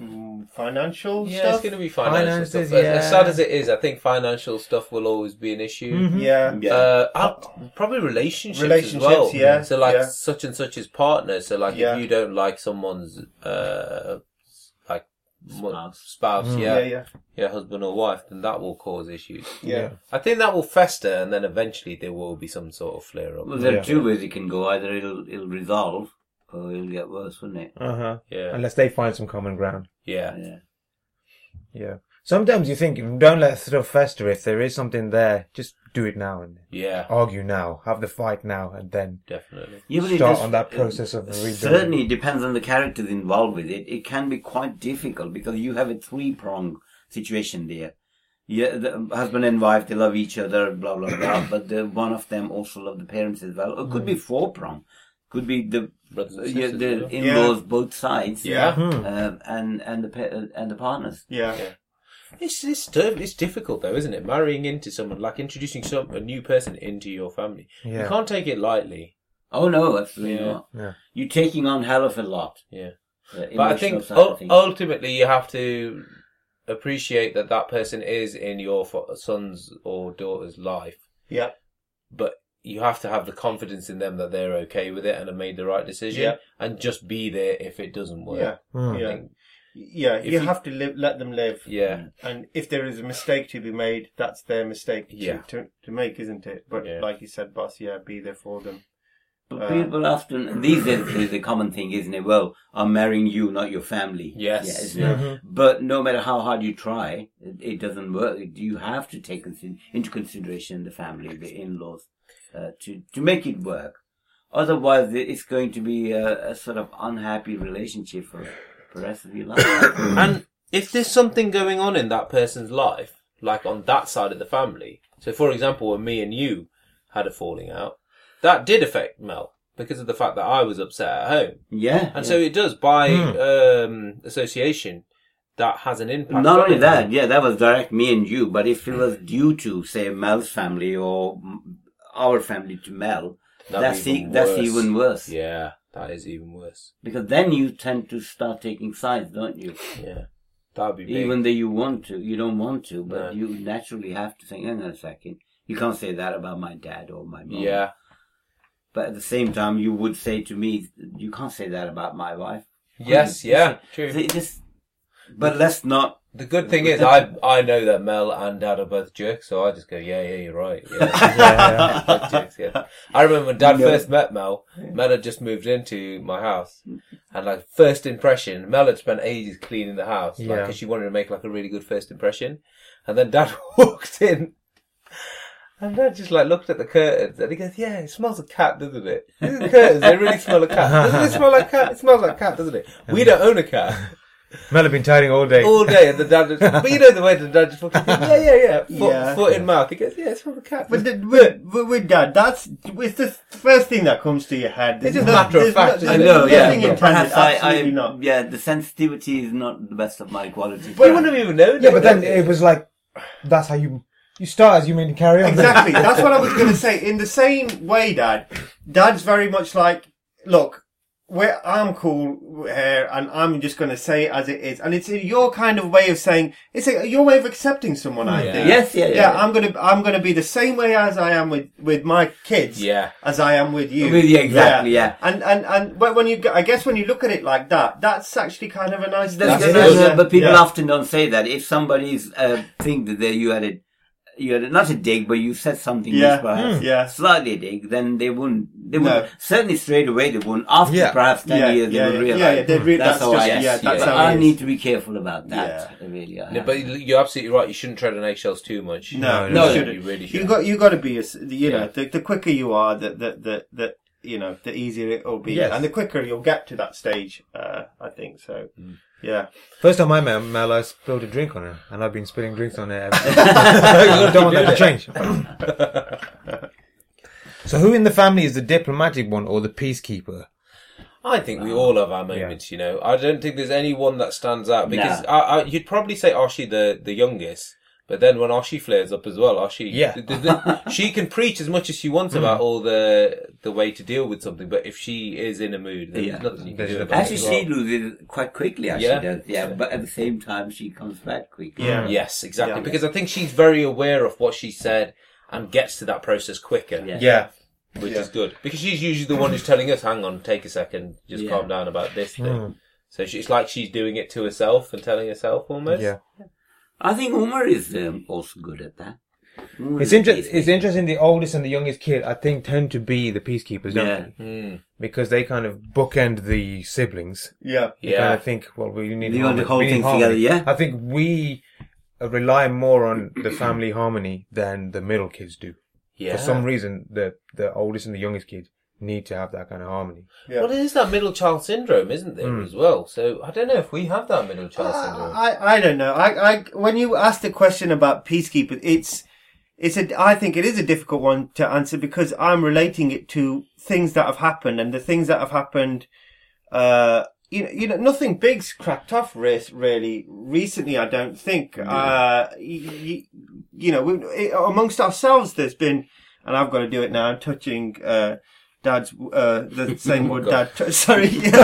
[SPEAKER 4] Mm, financial
[SPEAKER 1] Yeah,
[SPEAKER 4] stuff.
[SPEAKER 1] it's going to be financial
[SPEAKER 3] Finances,
[SPEAKER 1] stuff. As- As,
[SPEAKER 3] yeah.
[SPEAKER 1] sad as it is, I think financial stuff will always be an issue.
[SPEAKER 3] Mm-hmm.
[SPEAKER 4] Yeah, Oh.
[SPEAKER 2] Yeah.
[SPEAKER 1] Uh, I'll- probably relationships,
[SPEAKER 4] Relationships,
[SPEAKER 1] as well.
[SPEAKER 4] yeah,
[SPEAKER 1] So like
[SPEAKER 4] yeah.
[SPEAKER 1] such and such as partner. So like
[SPEAKER 4] Yeah.
[SPEAKER 1] if you don't like someone's uh like mo-
[SPEAKER 2] Spouse.
[SPEAKER 1] spouse
[SPEAKER 3] Mm.
[SPEAKER 1] yeah,
[SPEAKER 4] yeah,
[SPEAKER 1] yeah,
[SPEAKER 4] yeah,
[SPEAKER 1] husband or wife, then that will cause issues.
[SPEAKER 4] yeah.
[SPEAKER 1] I think that will fester, and then eventually there will be some sort of flare up.
[SPEAKER 2] Well, there
[SPEAKER 3] Yeah.
[SPEAKER 2] are two ways it can go. Either it'll it'll resolve, or it'll get worse, wouldn't it?
[SPEAKER 3] Uh huh.
[SPEAKER 1] Yeah,
[SPEAKER 3] Unless they find some common ground.
[SPEAKER 1] yeah,
[SPEAKER 2] Yeah.
[SPEAKER 3] Yeah. Sometimes you think, don't let stuff fester. If there is something there, just do it now and
[SPEAKER 1] yeah,
[SPEAKER 3] argue now, have the fight now, and then
[SPEAKER 1] definitely.
[SPEAKER 2] Yeah, but it
[SPEAKER 3] start
[SPEAKER 2] does-
[SPEAKER 3] on that process of rebuilding.
[SPEAKER 2] Certainly, it depends on the characters involved with it. It can be quite difficult because you have a three prong situation there. Yeah, the husband and wife they love each other, blah blah blah. but the, one of them also love the parents as well. It could
[SPEAKER 3] Mm.
[SPEAKER 2] be four prong, could be the
[SPEAKER 1] Brothers and
[SPEAKER 2] yeah,
[SPEAKER 1] sisters
[SPEAKER 2] the
[SPEAKER 1] as well.
[SPEAKER 2] in laws both sides.
[SPEAKER 1] Yeah.
[SPEAKER 3] Hmm.
[SPEAKER 2] uh, and and the pa- and the partners.
[SPEAKER 4] yeah.
[SPEAKER 1] It's it's, diff- it's difficult though, isn't it? Marrying into someone, like introducing some a new person into your family.
[SPEAKER 3] Yeah.
[SPEAKER 1] You can't take it lightly.
[SPEAKER 2] Oh no, absolutely
[SPEAKER 1] Yeah.
[SPEAKER 2] not.
[SPEAKER 3] Yeah.
[SPEAKER 2] You're taking on hell of a lot.
[SPEAKER 1] Yeah.
[SPEAKER 2] uh,
[SPEAKER 1] But I
[SPEAKER 2] emotional
[SPEAKER 1] think
[SPEAKER 2] side of
[SPEAKER 1] ul-
[SPEAKER 2] things.
[SPEAKER 1] ultimately you have to appreciate that that person is in your fa- son's or daughter's life,
[SPEAKER 4] Yeah.
[SPEAKER 1] but you have to have the confidence in them that they're okay with it and have made the right decision,
[SPEAKER 4] Yeah.
[SPEAKER 1] and just be there if it doesn't
[SPEAKER 4] Yeah,
[SPEAKER 1] work.
[SPEAKER 3] Hmm.
[SPEAKER 4] yeah,
[SPEAKER 1] think-
[SPEAKER 4] yeah.
[SPEAKER 1] If
[SPEAKER 4] You,
[SPEAKER 1] you-
[SPEAKER 4] have to live, let them live.
[SPEAKER 1] Yeah,
[SPEAKER 4] And if there is a mistake to be made, that's their mistake to,
[SPEAKER 1] Yeah.
[SPEAKER 4] to, to make, isn't it? But
[SPEAKER 1] Yeah.
[SPEAKER 4] like you said, boss, yeah, be there for them.
[SPEAKER 2] But
[SPEAKER 4] Uh,
[SPEAKER 2] people often these days is a common thing, isn't it? Well, I'm marrying you, not your family.
[SPEAKER 1] Yes.
[SPEAKER 2] Yeah, isn't it? But no matter how hard you try, it, it doesn't work. You have to take consi- into consideration the family, the in-laws, uh, to to make it work. Otherwise, it- it's going to be a, a sort of unhappy relationship for the rest of your life.
[SPEAKER 1] and if there's something going on in that person's life, like on that side of the family, so for example, when me and you had a falling out, that did affect Mel because of the fact that I was upset at home.
[SPEAKER 2] yeah. Hmm.
[SPEAKER 1] And so it does by um, association that has an impact.
[SPEAKER 2] Not
[SPEAKER 1] on
[SPEAKER 2] only
[SPEAKER 1] it.
[SPEAKER 2] that, yeah, that was direct me and you, but if it was
[SPEAKER 1] Mm.
[SPEAKER 2] due to, say, Mel's family or mm, our family to Mel,
[SPEAKER 1] That'd
[SPEAKER 2] that's,
[SPEAKER 1] be
[SPEAKER 2] e-
[SPEAKER 1] even
[SPEAKER 2] that's
[SPEAKER 1] worse.
[SPEAKER 2] even worse.
[SPEAKER 1] Yeah, that is even worse.
[SPEAKER 2] Because then you tend to start taking sides, don't you?
[SPEAKER 1] Yeah, that'd be big.
[SPEAKER 2] Even though you want to, you don't want to, but
[SPEAKER 1] No.
[SPEAKER 2] you naturally have to think, hang on a second, you can't say that about my dad or my mom.
[SPEAKER 1] yeah,
[SPEAKER 2] But at the same time, you would say to me, you can't say that about my wife.
[SPEAKER 1] yes, yeah, true.
[SPEAKER 2] They just- but let's not
[SPEAKER 1] The good thing is, I I know that Mel and Dad are both jerks, so I just go, yeah, yeah, you're right. Yeah,
[SPEAKER 3] Yeah,
[SPEAKER 1] Both jerks, yeah. I remember when Dad first met Mel. Mel had just moved into my house, and like first impression, Mel had spent ages cleaning the house, like
[SPEAKER 3] Yeah.
[SPEAKER 1] 'cause she wanted to make like a really good first impression. And then Dad walked in, and Dad just like looked at the curtains, and he goes, "Yeah, it smells of cat, doesn't it? These curtains, they really smell of cat. Doesn't it smell like cat? It smells like cat, doesn't it? We don't own a cat."
[SPEAKER 3] Mel had been tidying all day.
[SPEAKER 1] all day, and the dad. Just, but you know the way the dad just walks. in, Yeah, yeah, yeah. Foot,
[SPEAKER 4] Yeah.
[SPEAKER 1] foot in mouth. He goes, yeah, it's from the cat.
[SPEAKER 4] But the, with, with, with that, that's it's the first thing that comes to your head.
[SPEAKER 1] It's
[SPEAKER 4] There's
[SPEAKER 1] just matter of
[SPEAKER 4] there's
[SPEAKER 1] fact,
[SPEAKER 4] there's
[SPEAKER 1] isn't it?
[SPEAKER 2] No,
[SPEAKER 1] Yeah,
[SPEAKER 2] yeah,
[SPEAKER 4] nothing
[SPEAKER 2] but
[SPEAKER 4] intended,
[SPEAKER 2] perhaps I, I,
[SPEAKER 4] absolutely not.
[SPEAKER 2] yeah, the sensitivity is not the best of my quality.
[SPEAKER 1] you wouldn't have even known.
[SPEAKER 3] Yeah,
[SPEAKER 1] it,
[SPEAKER 3] but then
[SPEAKER 1] would
[SPEAKER 3] it
[SPEAKER 1] you?
[SPEAKER 3] was like, that's how you you start as you mean and carry on. don't you?
[SPEAKER 4] Exactly. That's what I was going to say. In the same way, Dad, Dad's very much like, look, we're, I'm cool here, and I'm just going to say it as it is. And it's your kind of way of saying it's a, your way of accepting someone. I think.
[SPEAKER 2] yes, yeah, yeah.
[SPEAKER 4] Yeah, I'm gonna I'm gonna be the same way as I am with with my kids.
[SPEAKER 1] Yeah.
[SPEAKER 4] As I am with you.
[SPEAKER 2] With you, exactly, yeah.
[SPEAKER 4] And and and but when you g- I guess when you look at it like that, that's actually kind of a nice.
[SPEAKER 2] That's
[SPEAKER 1] That's
[SPEAKER 2] good.
[SPEAKER 1] good.
[SPEAKER 2] Yeah, but people
[SPEAKER 4] Yeah.
[SPEAKER 2] often don't say that. If somebody's uh, think that they, you had a, you had a, not a dig, but you said something
[SPEAKER 4] Yeah.
[SPEAKER 2] which perhaps
[SPEAKER 4] Mm. Yeah.
[SPEAKER 2] slightly a dig, then they wouldn't. They
[SPEAKER 4] No.
[SPEAKER 2] wouldn't certainly straight away. They wouldn't. After
[SPEAKER 3] Yeah.
[SPEAKER 2] perhaps ten
[SPEAKER 4] Yeah,
[SPEAKER 2] years,
[SPEAKER 4] yeah,
[SPEAKER 2] they would
[SPEAKER 4] yeah,
[SPEAKER 2] realize.
[SPEAKER 4] yeah, they'd re-
[SPEAKER 2] that's
[SPEAKER 4] that's
[SPEAKER 2] how I
[SPEAKER 4] just-
[SPEAKER 2] am.
[SPEAKER 4] yeah,
[SPEAKER 1] that's
[SPEAKER 2] But
[SPEAKER 1] how
[SPEAKER 2] I
[SPEAKER 4] it is.
[SPEAKER 2] need to be careful about that.
[SPEAKER 4] Yeah.
[SPEAKER 2] Really, I
[SPEAKER 1] No,
[SPEAKER 2] have.
[SPEAKER 1] but you're absolutely right. You shouldn't tread on eggshells too much.
[SPEAKER 4] No,
[SPEAKER 3] No,
[SPEAKER 4] you
[SPEAKER 1] you
[SPEAKER 4] shouldn't.
[SPEAKER 1] You really
[SPEAKER 4] You
[SPEAKER 1] should.
[SPEAKER 4] got you got to be a s you know
[SPEAKER 1] Yeah.
[SPEAKER 4] the, the quicker you are the the the, the you know the easier it will be
[SPEAKER 3] Yes.
[SPEAKER 4] and the quicker you'll get to that stage. Uh, I think so. Yeah.
[SPEAKER 3] First time I met Mel, I spilled a drink on her, and I've been spilling drinks on her ever since. Don't want that to change. so, who in the family is the diplomatic one or the peacekeeper?
[SPEAKER 1] I think we all have our moments. You know, I don't think there's anyone that stands out because
[SPEAKER 2] Nah.
[SPEAKER 1] I, I, you'd probably say Oshi the the youngest. But then when Oshi flares up as well, Oshi,
[SPEAKER 3] Yeah. Mm.
[SPEAKER 1] th- th- th- she can preach as much as she wants about all the the way to deal with something. But if she is in a mood, then
[SPEAKER 2] Yeah.
[SPEAKER 1] there's nothing you can
[SPEAKER 3] There's
[SPEAKER 1] do
[SPEAKER 3] no-
[SPEAKER 1] about it.
[SPEAKER 2] Actually,
[SPEAKER 1] as
[SPEAKER 2] she loses quite quickly. Actually,
[SPEAKER 1] Yeah.
[SPEAKER 2] does. yeah. But at the same time, she comes back quickly.
[SPEAKER 4] Yeah.
[SPEAKER 1] Yes, exactly.
[SPEAKER 4] Yeah.
[SPEAKER 1] Because I think she's very aware of what she said and gets to that process quicker,
[SPEAKER 2] Yeah.
[SPEAKER 1] which is good. Because she's usually the one who's telling us, hang on, take a second, just
[SPEAKER 2] Yeah.
[SPEAKER 1] calm down about this thing.
[SPEAKER 3] Hmm.
[SPEAKER 1] So she, it's like she's doing it to herself and telling herself almost.
[SPEAKER 3] Yeah.
[SPEAKER 2] I think Umar is um, also good at that. Umar
[SPEAKER 3] It's,
[SPEAKER 2] is
[SPEAKER 3] inter-
[SPEAKER 2] amazing.
[SPEAKER 3] it's interesting, the oldest and the youngest kid, I think, tend to be the peacekeepers, don't
[SPEAKER 2] Yeah.
[SPEAKER 3] they? Because they kind of bookend the siblings.
[SPEAKER 4] Yeah.
[SPEAKER 3] They kind
[SPEAKER 1] Yeah.
[SPEAKER 3] of think, well, we need
[SPEAKER 2] You want the
[SPEAKER 3] harmony.
[SPEAKER 2] whole
[SPEAKER 3] We need
[SPEAKER 2] thing
[SPEAKER 3] harmony.
[SPEAKER 2] together, yeah?
[SPEAKER 3] I think we uh, rely more on the family harmony than the middle kids do.
[SPEAKER 1] Yeah.
[SPEAKER 3] For some reason, the the oldest and the youngest kids need to have that kind of harmony.
[SPEAKER 4] Yeah.
[SPEAKER 1] Well, there's that middle child syndrome, isn't there,
[SPEAKER 3] Hmm.
[SPEAKER 1] as well? So I don't know if we have that middle child
[SPEAKER 4] Uh,
[SPEAKER 1] syndrome.
[SPEAKER 4] I, I I don't know. I, I when you asked the question about peacekeepers, it's it's a I think it is a difficult one to answer because I'm relating it to things that have happened and the things that have happened. Uh, you know, you know, nothing big's cracked off re- really recently. I don't think. Uh, you, you know, we, it, amongst ourselves, there's been, and I've got to do it now. I'm touching. Uh, Dad's uh, the same word. Dad, tou- sorry.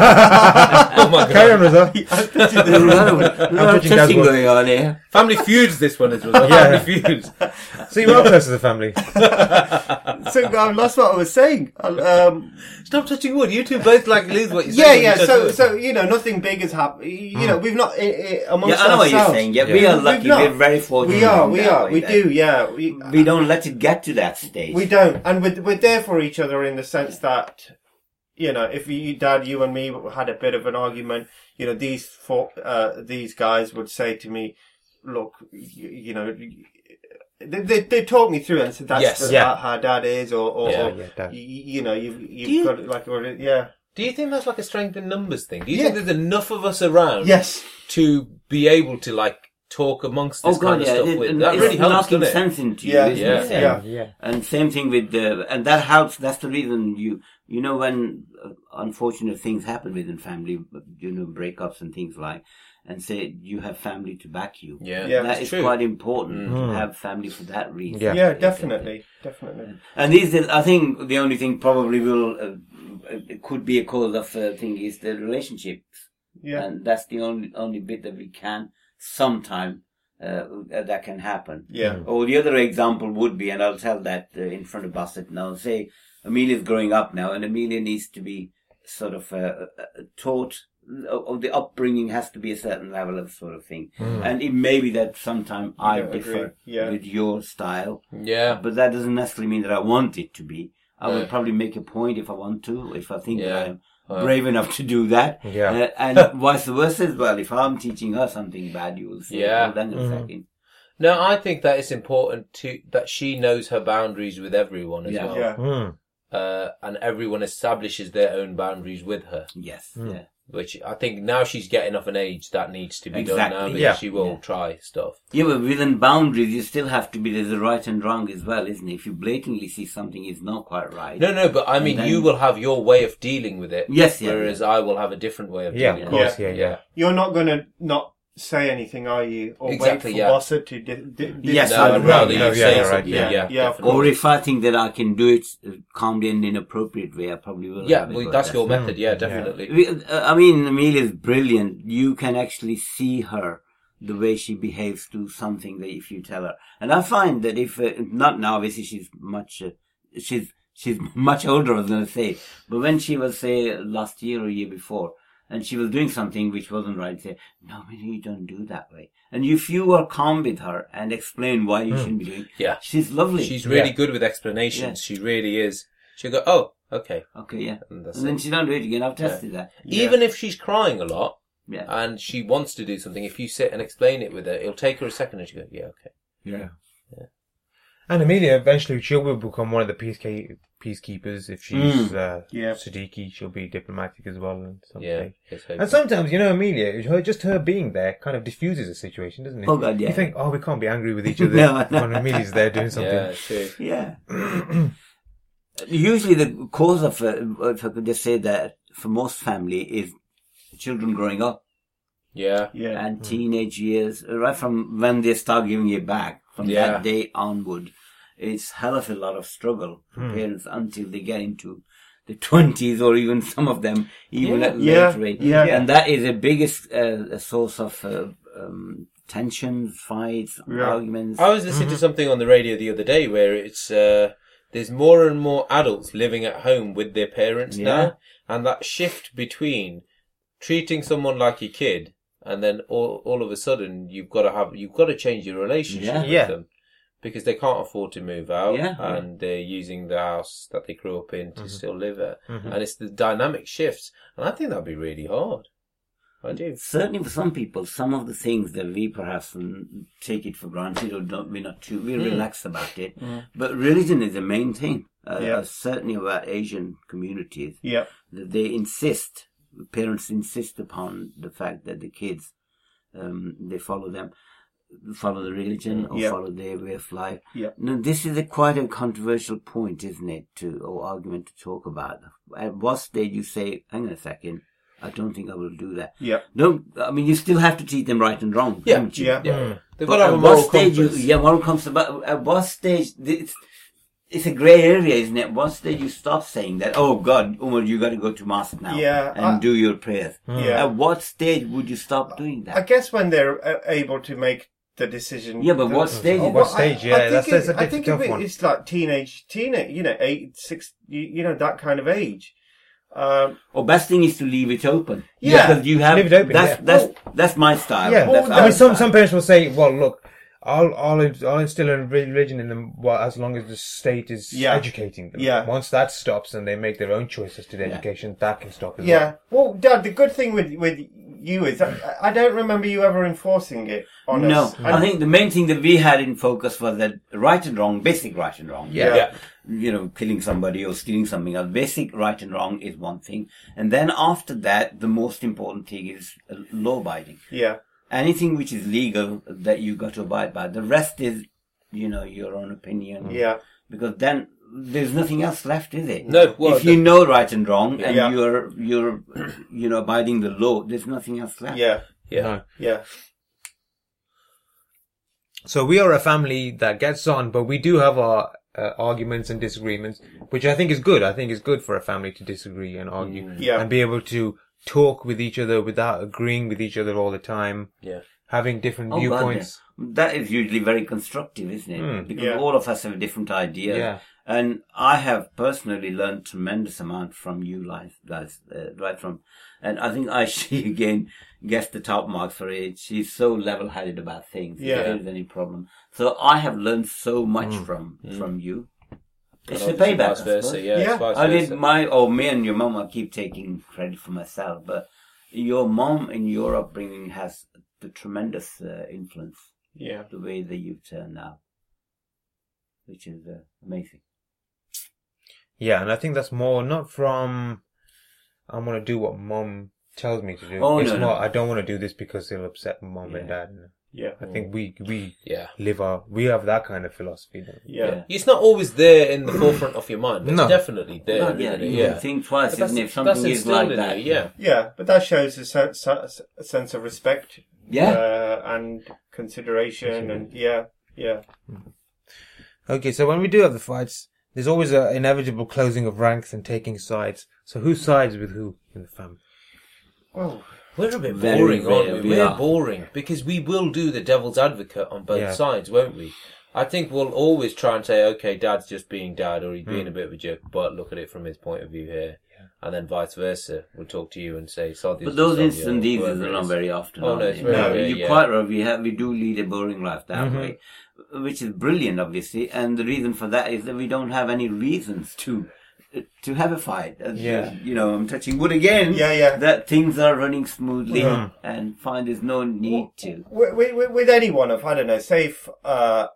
[SPEAKER 1] oh my god.
[SPEAKER 3] Carry on, Rizzo.
[SPEAKER 4] I'm touching the
[SPEAKER 2] Well, well,
[SPEAKER 3] touching
[SPEAKER 2] touching
[SPEAKER 3] Dad's work.
[SPEAKER 2] going on here.
[SPEAKER 1] Family feuds this one as well.
[SPEAKER 3] Yeah.
[SPEAKER 1] Family feuds.
[SPEAKER 3] So you are close to the family.
[SPEAKER 4] so I lost what I was saying. Um,
[SPEAKER 1] Stop touching wood. You two both like lose what you say
[SPEAKER 4] yeah,
[SPEAKER 1] when you
[SPEAKER 4] yeah.
[SPEAKER 1] touch
[SPEAKER 4] So,
[SPEAKER 1] wood.
[SPEAKER 4] so you know, nothing big has happened. You know, we've not i i amongst
[SPEAKER 2] Hmm. Yeah, I know what
[SPEAKER 4] ourselves.
[SPEAKER 2] you're saying. Yeah, we are
[SPEAKER 4] We've
[SPEAKER 2] lucky.
[SPEAKER 4] not.
[SPEAKER 2] We're very fortunate.
[SPEAKER 4] We are,
[SPEAKER 2] in
[SPEAKER 4] we
[SPEAKER 2] that
[SPEAKER 4] are,
[SPEAKER 2] way
[SPEAKER 4] we
[SPEAKER 2] that
[SPEAKER 4] do. Yeah, we
[SPEAKER 2] We don't let it get to that stage.
[SPEAKER 4] we don't, and we're, we're there for each other in the sense that you know, if you, Dad, you and me had a bit of an argument, you know, these four, uh, these guys would say to me, "Look, you, you know." They, they, they talk me through it and said that's
[SPEAKER 1] Yes,
[SPEAKER 4] the-
[SPEAKER 3] yeah.
[SPEAKER 4] how dad is or, or,
[SPEAKER 1] Yeah,
[SPEAKER 4] or
[SPEAKER 3] yeah, Dad.
[SPEAKER 4] you, you know you've, you've
[SPEAKER 1] you-
[SPEAKER 4] got it like or, yeah
[SPEAKER 1] Do you think that's like a strength in numbers thing? Do you
[SPEAKER 4] Yeah.
[SPEAKER 1] think there's enough of us around
[SPEAKER 4] yes
[SPEAKER 1] to be able to like talk amongst
[SPEAKER 2] Oh
[SPEAKER 1] this kind of
[SPEAKER 2] god, yeah,
[SPEAKER 1] stuff?
[SPEAKER 2] it,
[SPEAKER 1] with, that
[SPEAKER 2] it's
[SPEAKER 1] really helps,
[SPEAKER 2] knocking
[SPEAKER 1] doesn't it?
[SPEAKER 2] sense into you,
[SPEAKER 4] Yeah,
[SPEAKER 2] isn't
[SPEAKER 1] yeah,
[SPEAKER 2] it? Sam?
[SPEAKER 4] yeah.
[SPEAKER 3] Yeah.
[SPEAKER 2] And same thing with the, and that helps. That's the reason you, you know, when uh, unfortunate things happen within family, you know, breakups and things like, and say you have family to back you.
[SPEAKER 1] Yeah,
[SPEAKER 4] Yeah.
[SPEAKER 2] that
[SPEAKER 1] that's
[SPEAKER 2] is
[SPEAKER 1] true.
[SPEAKER 2] quite important to have family for that reason.
[SPEAKER 3] Yeah.
[SPEAKER 4] yeah definitely definitely
[SPEAKER 2] And these, days, I think, the only thing probably will uh, uh, could be a cause of uh, thing is the relationship,
[SPEAKER 4] Yeah,
[SPEAKER 2] and that's the only only bit that we can sometime uh, uh, that can happen.
[SPEAKER 4] yeah,
[SPEAKER 2] Or the other example would be, and I'll tell that uh, in front of Bassett now. Say Amelia's growing up now, and Amelia needs to be sort of uh, uh, taught of the upbringing has to be a certain level of sort of thing, and it may be that sometimes I
[SPEAKER 4] Hmm. Yeah, agree.
[SPEAKER 2] differ
[SPEAKER 4] Yeah.
[SPEAKER 2] with your style,
[SPEAKER 1] Yeah.
[SPEAKER 2] but that doesn't necessarily mean that I want it to be. I
[SPEAKER 1] No.
[SPEAKER 2] will probably make a point if I want to, if I think
[SPEAKER 1] Yeah.
[SPEAKER 2] that I'm
[SPEAKER 1] Uh,
[SPEAKER 2] brave enough to do that.
[SPEAKER 3] Yeah.
[SPEAKER 2] Uh, and vice versa as well. If I'm teaching her something bad, you will say,
[SPEAKER 1] Yeah.
[SPEAKER 2] hold on a
[SPEAKER 3] Mhm.
[SPEAKER 2] second.
[SPEAKER 1] No, I think that it's important to that she knows her boundaries with everyone as
[SPEAKER 2] Yeah.
[SPEAKER 1] well,
[SPEAKER 4] Yeah.
[SPEAKER 3] Mm.
[SPEAKER 1] uh, and everyone establishes their own boundaries with her.
[SPEAKER 2] Yes.
[SPEAKER 3] Mm.
[SPEAKER 2] Yeah.
[SPEAKER 1] Which I think now she's getting of an age that needs to be done now
[SPEAKER 2] Exactly.
[SPEAKER 1] because
[SPEAKER 3] Yeah.
[SPEAKER 1] she will
[SPEAKER 2] Yeah.
[SPEAKER 1] try stuff.
[SPEAKER 2] Yeah, but within boundaries, you still have to be, there's a right and wrong as well, isn't it? If you blatantly see something is not quite right.
[SPEAKER 1] No, no, but I mean,
[SPEAKER 2] then-
[SPEAKER 1] you will have your way of dealing with it.
[SPEAKER 2] Yes, yeah,
[SPEAKER 1] Whereas I will have a different way of
[SPEAKER 3] Yeah,
[SPEAKER 1] dealing
[SPEAKER 3] of
[SPEAKER 1] with
[SPEAKER 3] course.
[SPEAKER 1] it.
[SPEAKER 3] Yeah, yeah.
[SPEAKER 4] You're not going to not say anything, are you? Or
[SPEAKER 1] Exactly,
[SPEAKER 4] wait for
[SPEAKER 1] yeah.
[SPEAKER 4] Bossa to. Di- di- di-
[SPEAKER 2] Yes,
[SPEAKER 1] No, I'd
[SPEAKER 2] No,
[SPEAKER 1] rather you
[SPEAKER 3] no, yeah,
[SPEAKER 1] say
[SPEAKER 3] yeah, right,
[SPEAKER 1] something.
[SPEAKER 3] yeah.
[SPEAKER 1] Yeah,
[SPEAKER 4] Yeah, of
[SPEAKER 1] definitely.
[SPEAKER 2] Or if I think that I can do it calmly and in appropriate way, I probably will.
[SPEAKER 1] yeah,
[SPEAKER 2] have a
[SPEAKER 1] well,
[SPEAKER 2] go
[SPEAKER 1] that's
[SPEAKER 2] at
[SPEAKER 1] your
[SPEAKER 2] that.
[SPEAKER 1] method. Yeah, definitely.
[SPEAKER 2] We- uh, I mean, Amelia's brilliant. You can actually see her the way she behaves to something that if you tell her. And I find that if uh, not now, obviously she's much uh, she's she's much older. I was going to say, but when she was say last year or year before, and she was doing something which wasn't right, say no, Amelia, you don't do that way. And if you are calm with her and explain why you shouldn't be doing,
[SPEAKER 1] Hmm. Yeah.
[SPEAKER 2] she's lovely.
[SPEAKER 1] She's really
[SPEAKER 3] Yeah.
[SPEAKER 1] good with explanations. She really is. She'll go, oh, okay.
[SPEAKER 2] okay, yeah.
[SPEAKER 1] And
[SPEAKER 2] And
[SPEAKER 1] that's
[SPEAKER 2] then
[SPEAKER 1] it.
[SPEAKER 2] she don't do it again. I've tested that.
[SPEAKER 1] Even if she's crying a lot
[SPEAKER 2] Yeah.
[SPEAKER 1] and she wants to do something, if you sit and explain it with her, it'll take her a second and she go, yeah, okay.
[SPEAKER 3] Yeah. And Amelia eventually she will become one of the peaceca- peacekeepers if she's uh,
[SPEAKER 4] Yeah.
[SPEAKER 3] Siddiqui. She'll be diplomatic as well. And something.
[SPEAKER 1] Yeah. it's okay.
[SPEAKER 3] And sometimes, you know, Amelia, her, just her being there kind of diffuses the situation, doesn't it?
[SPEAKER 2] Oh, God, yeah.
[SPEAKER 3] You think, oh, we can't be angry with each other
[SPEAKER 2] No, no.
[SPEAKER 3] when Amelia's there doing something.
[SPEAKER 1] Yeah, true.
[SPEAKER 2] Yeah. Usually, the cause of, uh, if I could just say that, for most family is children growing up
[SPEAKER 1] Yeah.
[SPEAKER 4] Yeah. Hmm.
[SPEAKER 2] and teenage years, right from when they start giving it back, from
[SPEAKER 1] Yeah.
[SPEAKER 2] that day onward. It's hell of a lot of struggle for
[SPEAKER 4] Hmm.
[SPEAKER 2] parents until they get into the 20s or even some of them, even at
[SPEAKER 4] Yeah.
[SPEAKER 2] later age.
[SPEAKER 4] Yeah.
[SPEAKER 2] And that is the biggest uh, a source of uh, um, tensions, fights,
[SPEAKER 4] Yeah.
[SPEAKER 2] arguments.
[SPEAKER 1] I was listening
[SPEAKER 2] Mm-hmm.
[SPEAKER 1] to something on the radio the other day where it's uh, there's more and more adults living at home with their parents
[SPEAKER 2] Yeah.
[SPEAKER 1] now, and that shift between treating someone like your kid and then all, all of a sudden you've got to have you've got to change your relationship
[SPEAKER 2] Yeah.
[SPEAKER 1] with
[SPEAKER 3] Yeah.
[SPEAKER 1] them because they can't afford to move out
[SPEAKER 2] Yeah. Mm-hmm.
[SPEAKER 1] and they're using the house that they grew up in to still live at, and it's the dynamic shifts, and I think that'd be really hard. I do.
[SPEAKER 2] certainly for some people, some of the things that we perhaps mm, take it for granted or don't, we're not too, we're relaxed about it. But religion is the main thing, uh,
[SPEAKER 4] Yeah.
[SPEAKER 2] certainly about Asian communities.
[SPEAKER 4] Yeah.
[SPEAKER 2] that They insist, parents insist upon the fact that the kids, um, they follow them, follow the religion or
[SPEAKER 4] Yeah.
[SPEAKER 2] follow their way of life.
[SPEAKER 4] Yeah.
[SPEAKER 2] Now, this is a quite a controversial point, isn't it, to, or argument to talk about. At what stage you say, hang on a second, I don't think I will do that.
[SPEAKER 4] Yeah.
[SPEAKER 2] Don't. I mean, you still have to teach them right and wrong,
[SPEAKER 1] Yeah,
[SPEAKER 2] don't you?
[SPEAKER 4] Yeah.
[SPEAKER 1] Yeah. They've got
[SPEAKER 2] But
[SPEAKER 1] to have a
[SPEAKER 2] at what
[SPEAKER 1] moral
[SPEAKER 2] stage? You,
[SPEAKER 1] compass.
[SPEAKER 2] yeah, moral compass. But at what stage? It's, it's a grey area, isn't it? What stage you stop saying that? Oh God, Umar, you got to go to mosque now.
[SPEAKER 4] Yeah,
[SPEAKER 2] and
[SPEAKER 4] I-
[SPEAKER 2] do your prayers.
[SPEAKER 4] Yeah.
[SPEAKER 2] At what stage would you stop doing that?
[SPEAKER 4] I guess when they're uh, able to make the decision.
[SPEAKER 2] Yeah, but what
[SPEAKER 4] themselves.
[SPEAKER 2] stage?
[SPEAKER 3] Oh, what stage? Yeah,
[SPEAKER 4] think
[SPEAKER 3] that's-
[SPEAKER 4] it-
[SPEAKER 3] that's a
[SPEAKER 4] I think
[SPEAKER 3] tough
[SPEAKER 4] it-
[SPEAKER 3] one.
[SPEAKER 4] it's like teenage, teenage, you know, eight, six, you, you know, that kind of age. Um,
[SPEAKER 2] or best thing is to leave it open.
[SPEAKER 4] Yeah.
[SPEAKER 2] because you have
[SPEAKER 3] Leave it open,
[SPEAKER 2] That's
[SPEAKER 3] yeah.
[SPEAKER 2] that's that's my style.
[SPEAKER 3] Yeah,
[SPEAKER 2] that's
[SPEAKER 3] I
[SPEAKER 2] our
[SPEAKER 3] mean, some
[SPEAKER 2] style.
[SPEAKER 3] some parents will say, "Well, look, I'll I'll I'll instill a religion in them well, as long as the state is
[SPEAKER 4] Yeah.
[SPEAKER 3] educating them.
[SPEAKER 4] Yeah.
[SPEAKER 3] Once that stops and they make their own choices to their education, that can stop as
[SPEAKER 4] yeah. Well, Dad, the good thing with with you is that I- I don't remember you ever enforcing it on
[SPEAKER 2] No,
[SPEAKER 4] us.
[SPEAKER 2] I think the main thing that we had in focus was that right and wrong, basic right and wrong.
[SPEAKER 4] Yeah.
[SPEAKER 1] Yeah.
[SPEAKER 2] you know, killing somebody or stealing something else. Basic right and wrong is one thing. And then after that, the most important thing is uh, law abiding.
[SPEAKER 4] Yeah.
[SPEAKER 2] Anything which is legal that you got to abide by. The rest is, you know, your own opinion.
[SPEAKER 4] Yeah.
[SPEAKER 2] Because then there's nothing else left, is it?
[SPEAKER 1] No, well,
[SPEAKER 2] if you know right and wrong and
[SPEAKER 4] Yeah.
[SPEAKER 2] you're, you're, you know, abiding the law, there's nothing else left.
[SPEAKER 4] Yeah.
[SPEAKER 1] yeah.
[SPEAKER 4] Yeah.
[SPEAKER 3] So we are a family that gets on, but we do have our uh, arguments and disagreements, which I think is good. I think it's good for a family to disagree and argue
[SPEAKER 2] Mm.
[SPEAKER 4] Yeah.
[SPEAKER 3] and be able to talk with each other without agreeing with each other all the time,
[SPEAKER 1] Yeah.
[SPEAKER 3] having different
[SPEAKER 2] Oh, God,
[SPEAKER 3] viewpoints. Hmm.
[SPEAKER 2] yeah. That is usually very constructive, isn't it? Because
[SPEAKER 4] Yeah.
[SPEAKER 2] all of us have different ideas.
[SPEAKER 3] Yeah.
[SPEAKER 2] And I have personally learned tremendous amount from you guys, guys, uh, right from, and I think I she again gets the top marks for it. She's so level-headed about things.
[SPEAKER 4] Yeah.
[SPEAKER 2] If there is any problem, so I have learned so much
[SPEAKER 3] Hmm.
[SPEAKER 2] from from you. It's the payback. I
[SPEAKER 1] Vice versa,
[SPEAKER 2] suppose.
[SPEAKER 1] yeah. it's
[SPEAKER 4] Yeah.
[SPEAKER 1] vice
[SPEAKER 2] I did
[SPEAKER 1] versa.
[SPEAKER 2] my, or me and your mum, I keep taking credit for myself, but your mom and your upbringing has the tremendous uh, influence,
[SPEAKER 4] Yeah.
[SPEAKER 2] the way that you've turned out, which is uh, amazing.
[SPEAKER 3] Yeah, and I think that's more not from I'm gonna do what mum tells me to do.
[SPEAKER 2] Oh,
[SPEAKER 3] it's
[SPEAKER 2] no, no.
[SPEAKER 3] not I don't wanna do this because it'll upset mum and
[SPEAKER 2] Yeah. Mm.
[SPEAKER 3] dad.
[SPEAKER 4] Yeah.
[SPEAKER 3] I think we we
[SPEAKER 1] Yeah.
[SPEAKER 3] live our we have that kind of philosophy. Don't we?
[SPEAKER 4] Yeah.
[SPEAKER 1] It's not always there in the forefront of your mind. but It's
[SPEAKER 3] No.
[SPEAKER 1] definitely there.
[SPEAKER 2] Yeah, yeah,
[SPEAKER 1] isn't it?
[SPEAKER 2] you
[SPEAKER 1] yeah.
[SPEAKER 2] can think twice,
[SPEAKER 1] But that's-
[SPEAKER 2] isn't it? If
[SPEAKER 1] that's
[SPEAKER 2] something is
[SPEAKER 1] instilled
[SPEAKER 2] like
[SPEAKER 1] in
[SPEAKER 2] that.
[SPEAKER 1] you, yeah.
[SPEAKER 4] Yeah, but that shows a sense, a sense of respect.
[SPEAKER 2] Yeah.
[SPEAKER 4] Uh, and consideration and yeah, yeah.
[SPEAKER 3] Okay, so when we do have the fights, there's always an inevitable closing of ranks and taking sides. So who sides with who in the family?
[SPEAKER 4] Well,
[SPEAKER 1] We're a bit
[SPEAKER 2] Very
[SPEAKER 1] boring,
[SPEAKER 2] rare,
[SPEAKER 1] aren't we?
[SPEAKER 2] we
[SPEAKER 1] We're
[SPEAKER 2] are.
[SPEAKER 1] boring because we will do the devil's advocate on both
[SPEAKER 3] Yeah.
[SPEAKER 1] sides, won't we? I think we'll always try and say, okay, dad's just being dad or he's being a bit of a jerk, but look at it from his point of view here. And then vice versa. We'll talk to you and say, Sadi's
[SPEAKER 2] But those
[SPEAKER 1] just Sadia," or
[SPEAKER 2] instances are
[SPEAKER 1] whoever it
[SPEAKER 2] not
[SPEAKER 1] is.
[SPEAKER 2] very often.
[SPEAKER 1] Oh,
[SPEAKER 2] are
[SPEAKER 1] no, it's
[SPEAKER 2] they?
[SPEAKER 1] very
[SPEAKER 4] No.
[SPEAKER 1] rare,
[SPEAKER 2] You're
[SPEAKER 1] yeah.
[SPEAKER 2] quite right. We have we do lead a boring life that way, which is brilliant, obviously. And the reason for that is that we don't have any reasons to uh, to have a fight. As
[SPEAKER 3] Yeah.
[SPEAKER 2] You know, I'm touching wood again.
[SPEAKER 4] Yeah, yeah.
[SPEAKER 2] That things are running smoothly and fine. There's no need to.
[SPEAKER 4] with, with, with anyone, if I don't know, say if uh,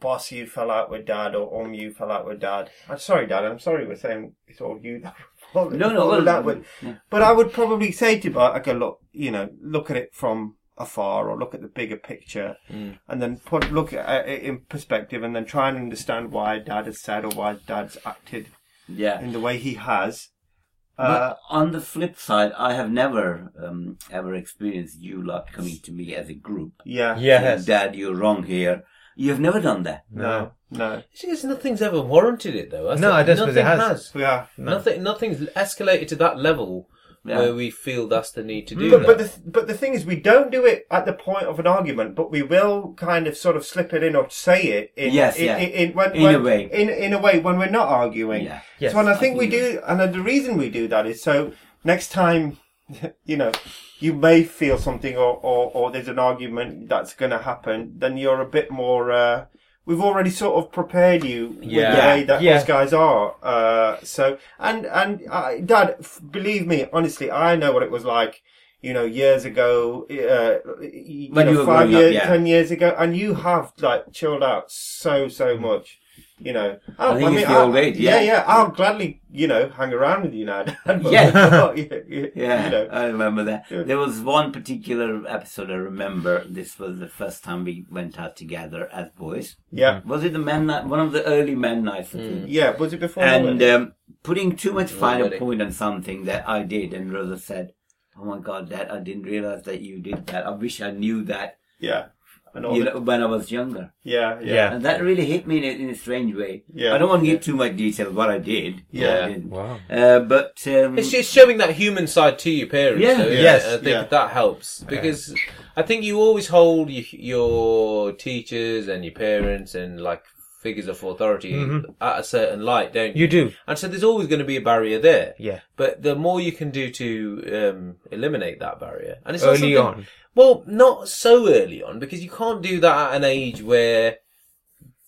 [SPEAKER 4] boss you fell out with dad or um you fell out with dad. I'm sorry, dad. I'm sorry. We're saying it's all you that. No,
[SPEAKER 2] No, no, well,
[SPEAKER 4] that would.
[SPEAKER 2] yeah.
[SPEAKER 4] But I would probably say to Bart, I go look, you know, look at it from afar or look at the bigger picture,
[SPEAKER 2] Mm.
[SPEAKER 4] and then put look at it in perspective, and then try and understand why dad has said or why dad's acted
[SPEAKER 2] Yeah.
[SPEAKER 4] in the way he has. Uh,
[SPEAKER 2] But on the flip side, I have never um, ever experienced you lot coming to me as a group.
[SPEAKER 4] yeah.
[SPEAKER 3] Yes.
[SPEAKER 2] Dad, you're wrong here. You've never done that.
[SPEAKER 4] No. No.
[SPEAKER 1] See, there's nothing's ever warranted it though. has
[SPEAKER 3] No,
[SPEAKER 1] there?
[SPEAKER 3] I don't suppose it
[SPEAKER 1] Nothing
[SPEAKER 3] has.
[SPEAKER 4] Yeah.
[SPEAKER 1] Nothing, nothing's escalated to that level
[SPEAKER 2] Yeah.
[SPEAKER 1] where we feel that's the need to do
[SPEAKER 4] But,
[SPEAKER 1] that.
[SPEAKER 4] but the th- but the thing is, we don't do it at the point of an argument, but we will kind of sort of slip it in or say it in
[SPEAKER 2] Yes,
[SPEAKER 4] in,
[SPEAKER 2] yeah.
[SPEAKER 4] in, in- when,
[SPEAKER 2] In
[SPEAKER 4] when-
[SPEAKER 2] a way.
[SPEAKER 4] in in a way when we're not arguing.
[SPEAKER 2] Yeah.
[SPEAKER 3] Yes.
[SPEAKER 4] So and I think we
[SPEAKER 2] think you-
[SPEAKER 4] do, and the reason we do that is so next time, you know, you may feel something or or, or there's an argument that's going to happen, then you're a bit more. Uh, We've already sort of prepared you with the
[SPEAKER 1] Yeah.
[SPEAKER 4] way that
[SPEAKER 3] Yeah.
[SPEAKER 4] those guys are. Uh, so, and and uh, Dad, f- believe me, honestly, I know what it was like you know, years ago, uh, you
[SPEAKER 2] When
[SPEAKER 4] know,
[SPEAKER 2] you were
[SPEAKER 4] five
[SPEAKER 2] growing up,
[SPEAKER 4] years,
[SPEAKER 2] yeah.
[SPEAKER 4] ten years ago, and you have like chilled out so so much. You know, I'll-
[SPEAKER 2] Mm. think it's the
[SPEAKER 4] I'll-
[SPEAKER 2] old age,
[SPEAKER 4] yeah,
[SPEAKER 2] yeah.
[SPEAKER 4] I'll gladly, you know, hang around with you now. Dad, but-
[SPEAKER 2] Yeah.
[SPEAKER 4] but, you- you-
[SPEAKER 2] Yeah,
[SPEAKER 4] you know,
[SPEAKER 2] I remember that.
[SPEAKER 4] Yeah.
[SPEAKER 2] There was one particular episode I remember. This was the first time we went out together as boys.
[SPEAKER 4] yeah,
[SPEAKER 2] Was it the men night? One of the early men nights, I think.
[SPEAKER 4] yeah. Was it before? the
[SPEAKER 2] And
[SPEAKER 4] wedding?
[SPEAKER 2] um, putting too much finer
[SPEAKER 1] wedding.
[SPEAKER 2] point on something that I did, and Rosa said, "Oh my God, that I didn't realize that you did that. I wish I knew that
[SPEAKER 4] yeah, and all
[SPEAKER 2] you
[SPEAKER 4] the-
[SPEAKER 2] know, when I was younger."
[SPEAKER 4] yeah, yeah,
[SPEAKER 3] Yeah.
[SPEAKER 2] And that really hit me in a, in a strange way.
[SPEAKER 4] Yeah.
[SPEAKER 2] I don't want to give too much detail what I did.
[SPEAKER 4] Yeah.
[SPEAKER 3] Wow.
[SPEAKER 2] Uh, but um,
[SPEAKER 1] It's just showing that human side to your parents.
[SPEAKER 2] Yeah.
[SPEAKER 1] though, isn't
[SPEAKER 3] Yes.
[SPEAKER 1] it? I think
[SPEAKER 4] Yeah.
[SPEAKER 1] that helps because I think you always hold your, your teachers and your parents and like figures of authority at a certain light, don't you?
[SPEAKER 3] You do.
[SPEAKER 1] And so there's always going to be a barrier there.
[SPEAKER 3] Yeah.
[SPEAKER 1] But the more you can do to um, eliminate that barrier, and it's not
[SPEAKER 3] Early
[SPEAKER 1] something-
[SPEAKER 3] on.
[SPEAKER 1] Well, not so early on because you can't do that at an age where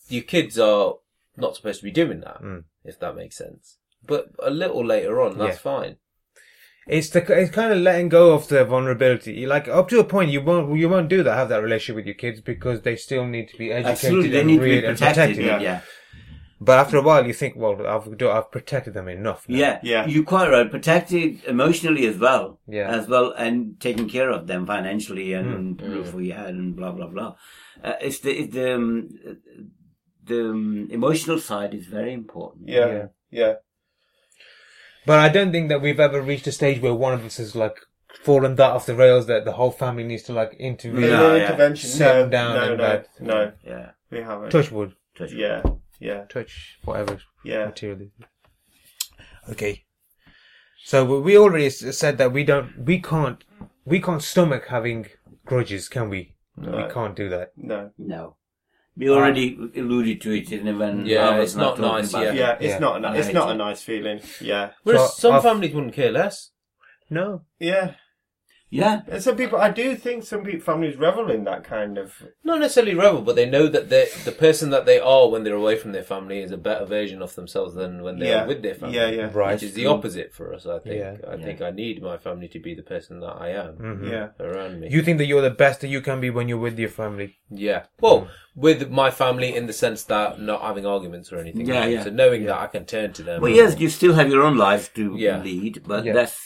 [SPEAKER 1] your kids are not supposed to be doing that.
[SPEAKER 3] Hmm.
[SPEAKER 1] If that makes sense. But a little later on, that's fine.
[SPEAKER 3] It's the it's kind of letting go of the vulnerability. You- Like up to a point, you won't you won't do that. Have that relationship with your kids because they still need to be educated
[SPEAKER 2] absolutely, they
[SPEAKER 3] and
[SPEAKER 2] need to
[SPEAKER 3] reared
[SPEAKER 2] be
[SPEAKER 3] and
[SPEAKER 2] protected.
[SPEAKER 3] protected.
[SPEAKER 4] yeah.
[SPEAKER 2] yeah.
[SPEAKER 3] But after a while, you think, well, I've do, I've protected them enough. now.
[SPEAKER 2] Yeah,
[SPEAKER 4] Yeah.
[SPEAKER 2] You're quite right. Protected emotionally as well.
[SPEAKER 3] Yeah.
[SPEAKER 2] As well, and taking care of them financially
[SPEAKER 1] Hmm.
[SPEAKER 2] and roof over your head and blah blah blah. Uh, it's the it's the um, uh, the um, emotional side is very important.
[SPEAKER 4] yeah,
[SPEAKER 3] Yeah.
[SPEAKER 4] yeah,
[SPEAKER 3] But I don't think that we've ever reached a stage where one of us has like fallen that off the rails that the whole family needs to like intervene.
[SPEAKER 2] No,
[SPEAKER 4] Little
[SPEAKER 2] yeah.
[SPEAKER 4] intervention.
[SPEAKER 3] Sit
[SPEAKER 4] no,
[SPEAKER 3] down
[SPEAKER 4] no,
[SPEAKER 3] in
[SPEAKER 4] no,
[SPEAKER 3] bed.
[SPEAKER 4] no,
[SPEAKER 2] Yeah.
[SPEAKER 4] we haven't.
[SPEAKER 3] Touch wood,
[SPEAKER 2] Touch wood.
[SPEAKER 4] Yeah, yeah,
[SPEAKER 3] touch whatever
[SPEAKER 4] yeah.
[SPEAKER 3] material. it is. Okay. So we- we already s- said that we don't, we can't, we can't stomach having grudges, can we?
[SPEAKER 4] No.
[SPEAKER 3] We can't do that.
[SPEAKER 4] No,
[SPEAKER 2] No. We already alluded to it in the when
[SPEAKER 1] Yeah,
[SPEAKER 2] I was
[SPEAKER 1] it's not
[SPEAKER 2] talking
[SPEAKER 1] nice,
[SPEAKER 2] about
[SPEAKER 1] yeah.
[SPEAKER 2] it.
[SPEAKER 4] Yeah, it's
[SPEAKER 3] Yeah.
[SPEAKER 4] not a ni-
[SPEAKER 2] I
[SPEAKER 4] it's
[SPEAKER 2] hate
[SPEAKER 4] not
[SPEAKER 2] it.
[SPEAKER 4] a nice feeling. Yeah,
[SPEAKER 1] Whereas some
[SPEAKER 3] I've-
[SPEAKER 1] families wouldn't care less.
[SPEAKER 3] No.
[SPEAKER 4] yeah.
[SPEAKER 2] Yeah,
[SPEAKER 4] And some people, I do think some people, families revel in that kind of.
[SPEAKER 1] Not necessarily rebel, but they know that they the person that they are when they're away from their family is a better version of themselves than when they're
[SPEAKER 4] Yeah.
[SPEAKER 1] with their family.
[SPEAKER 4] Yeah, yeah,
[SPEAKER 3] Right. Hmm.
[SPEAKER 1] Which is e- the opposite for us, I think.
[SPEAKER 3] Yeah.
[SPEAKER 1] I think I need my family to be the person that I am
[SPEAKER 4] yeah.
[SPEAKER 1] around me.
[SPEAKER 3] Mm-hmm. Hmm. You think that you're the best that you can be when you're with your family.
[SPEAKER 1] Yeah. Well, with my family in the sense that not having arguments or anything.
[SPEAKER 2] Yeah,
[SPEAKER 1] like
[SPEAKER 2] yeah.
[SPEAKER 1] So knowing that I can turn to them.
[SPEAKER 2] Well, yes, you still have your own life to
[SPEAKER 1] Yeah.
[SPEAKER 2] lead, but
[SPEAKER 3] Yeah.
[SPEAKER 2] that's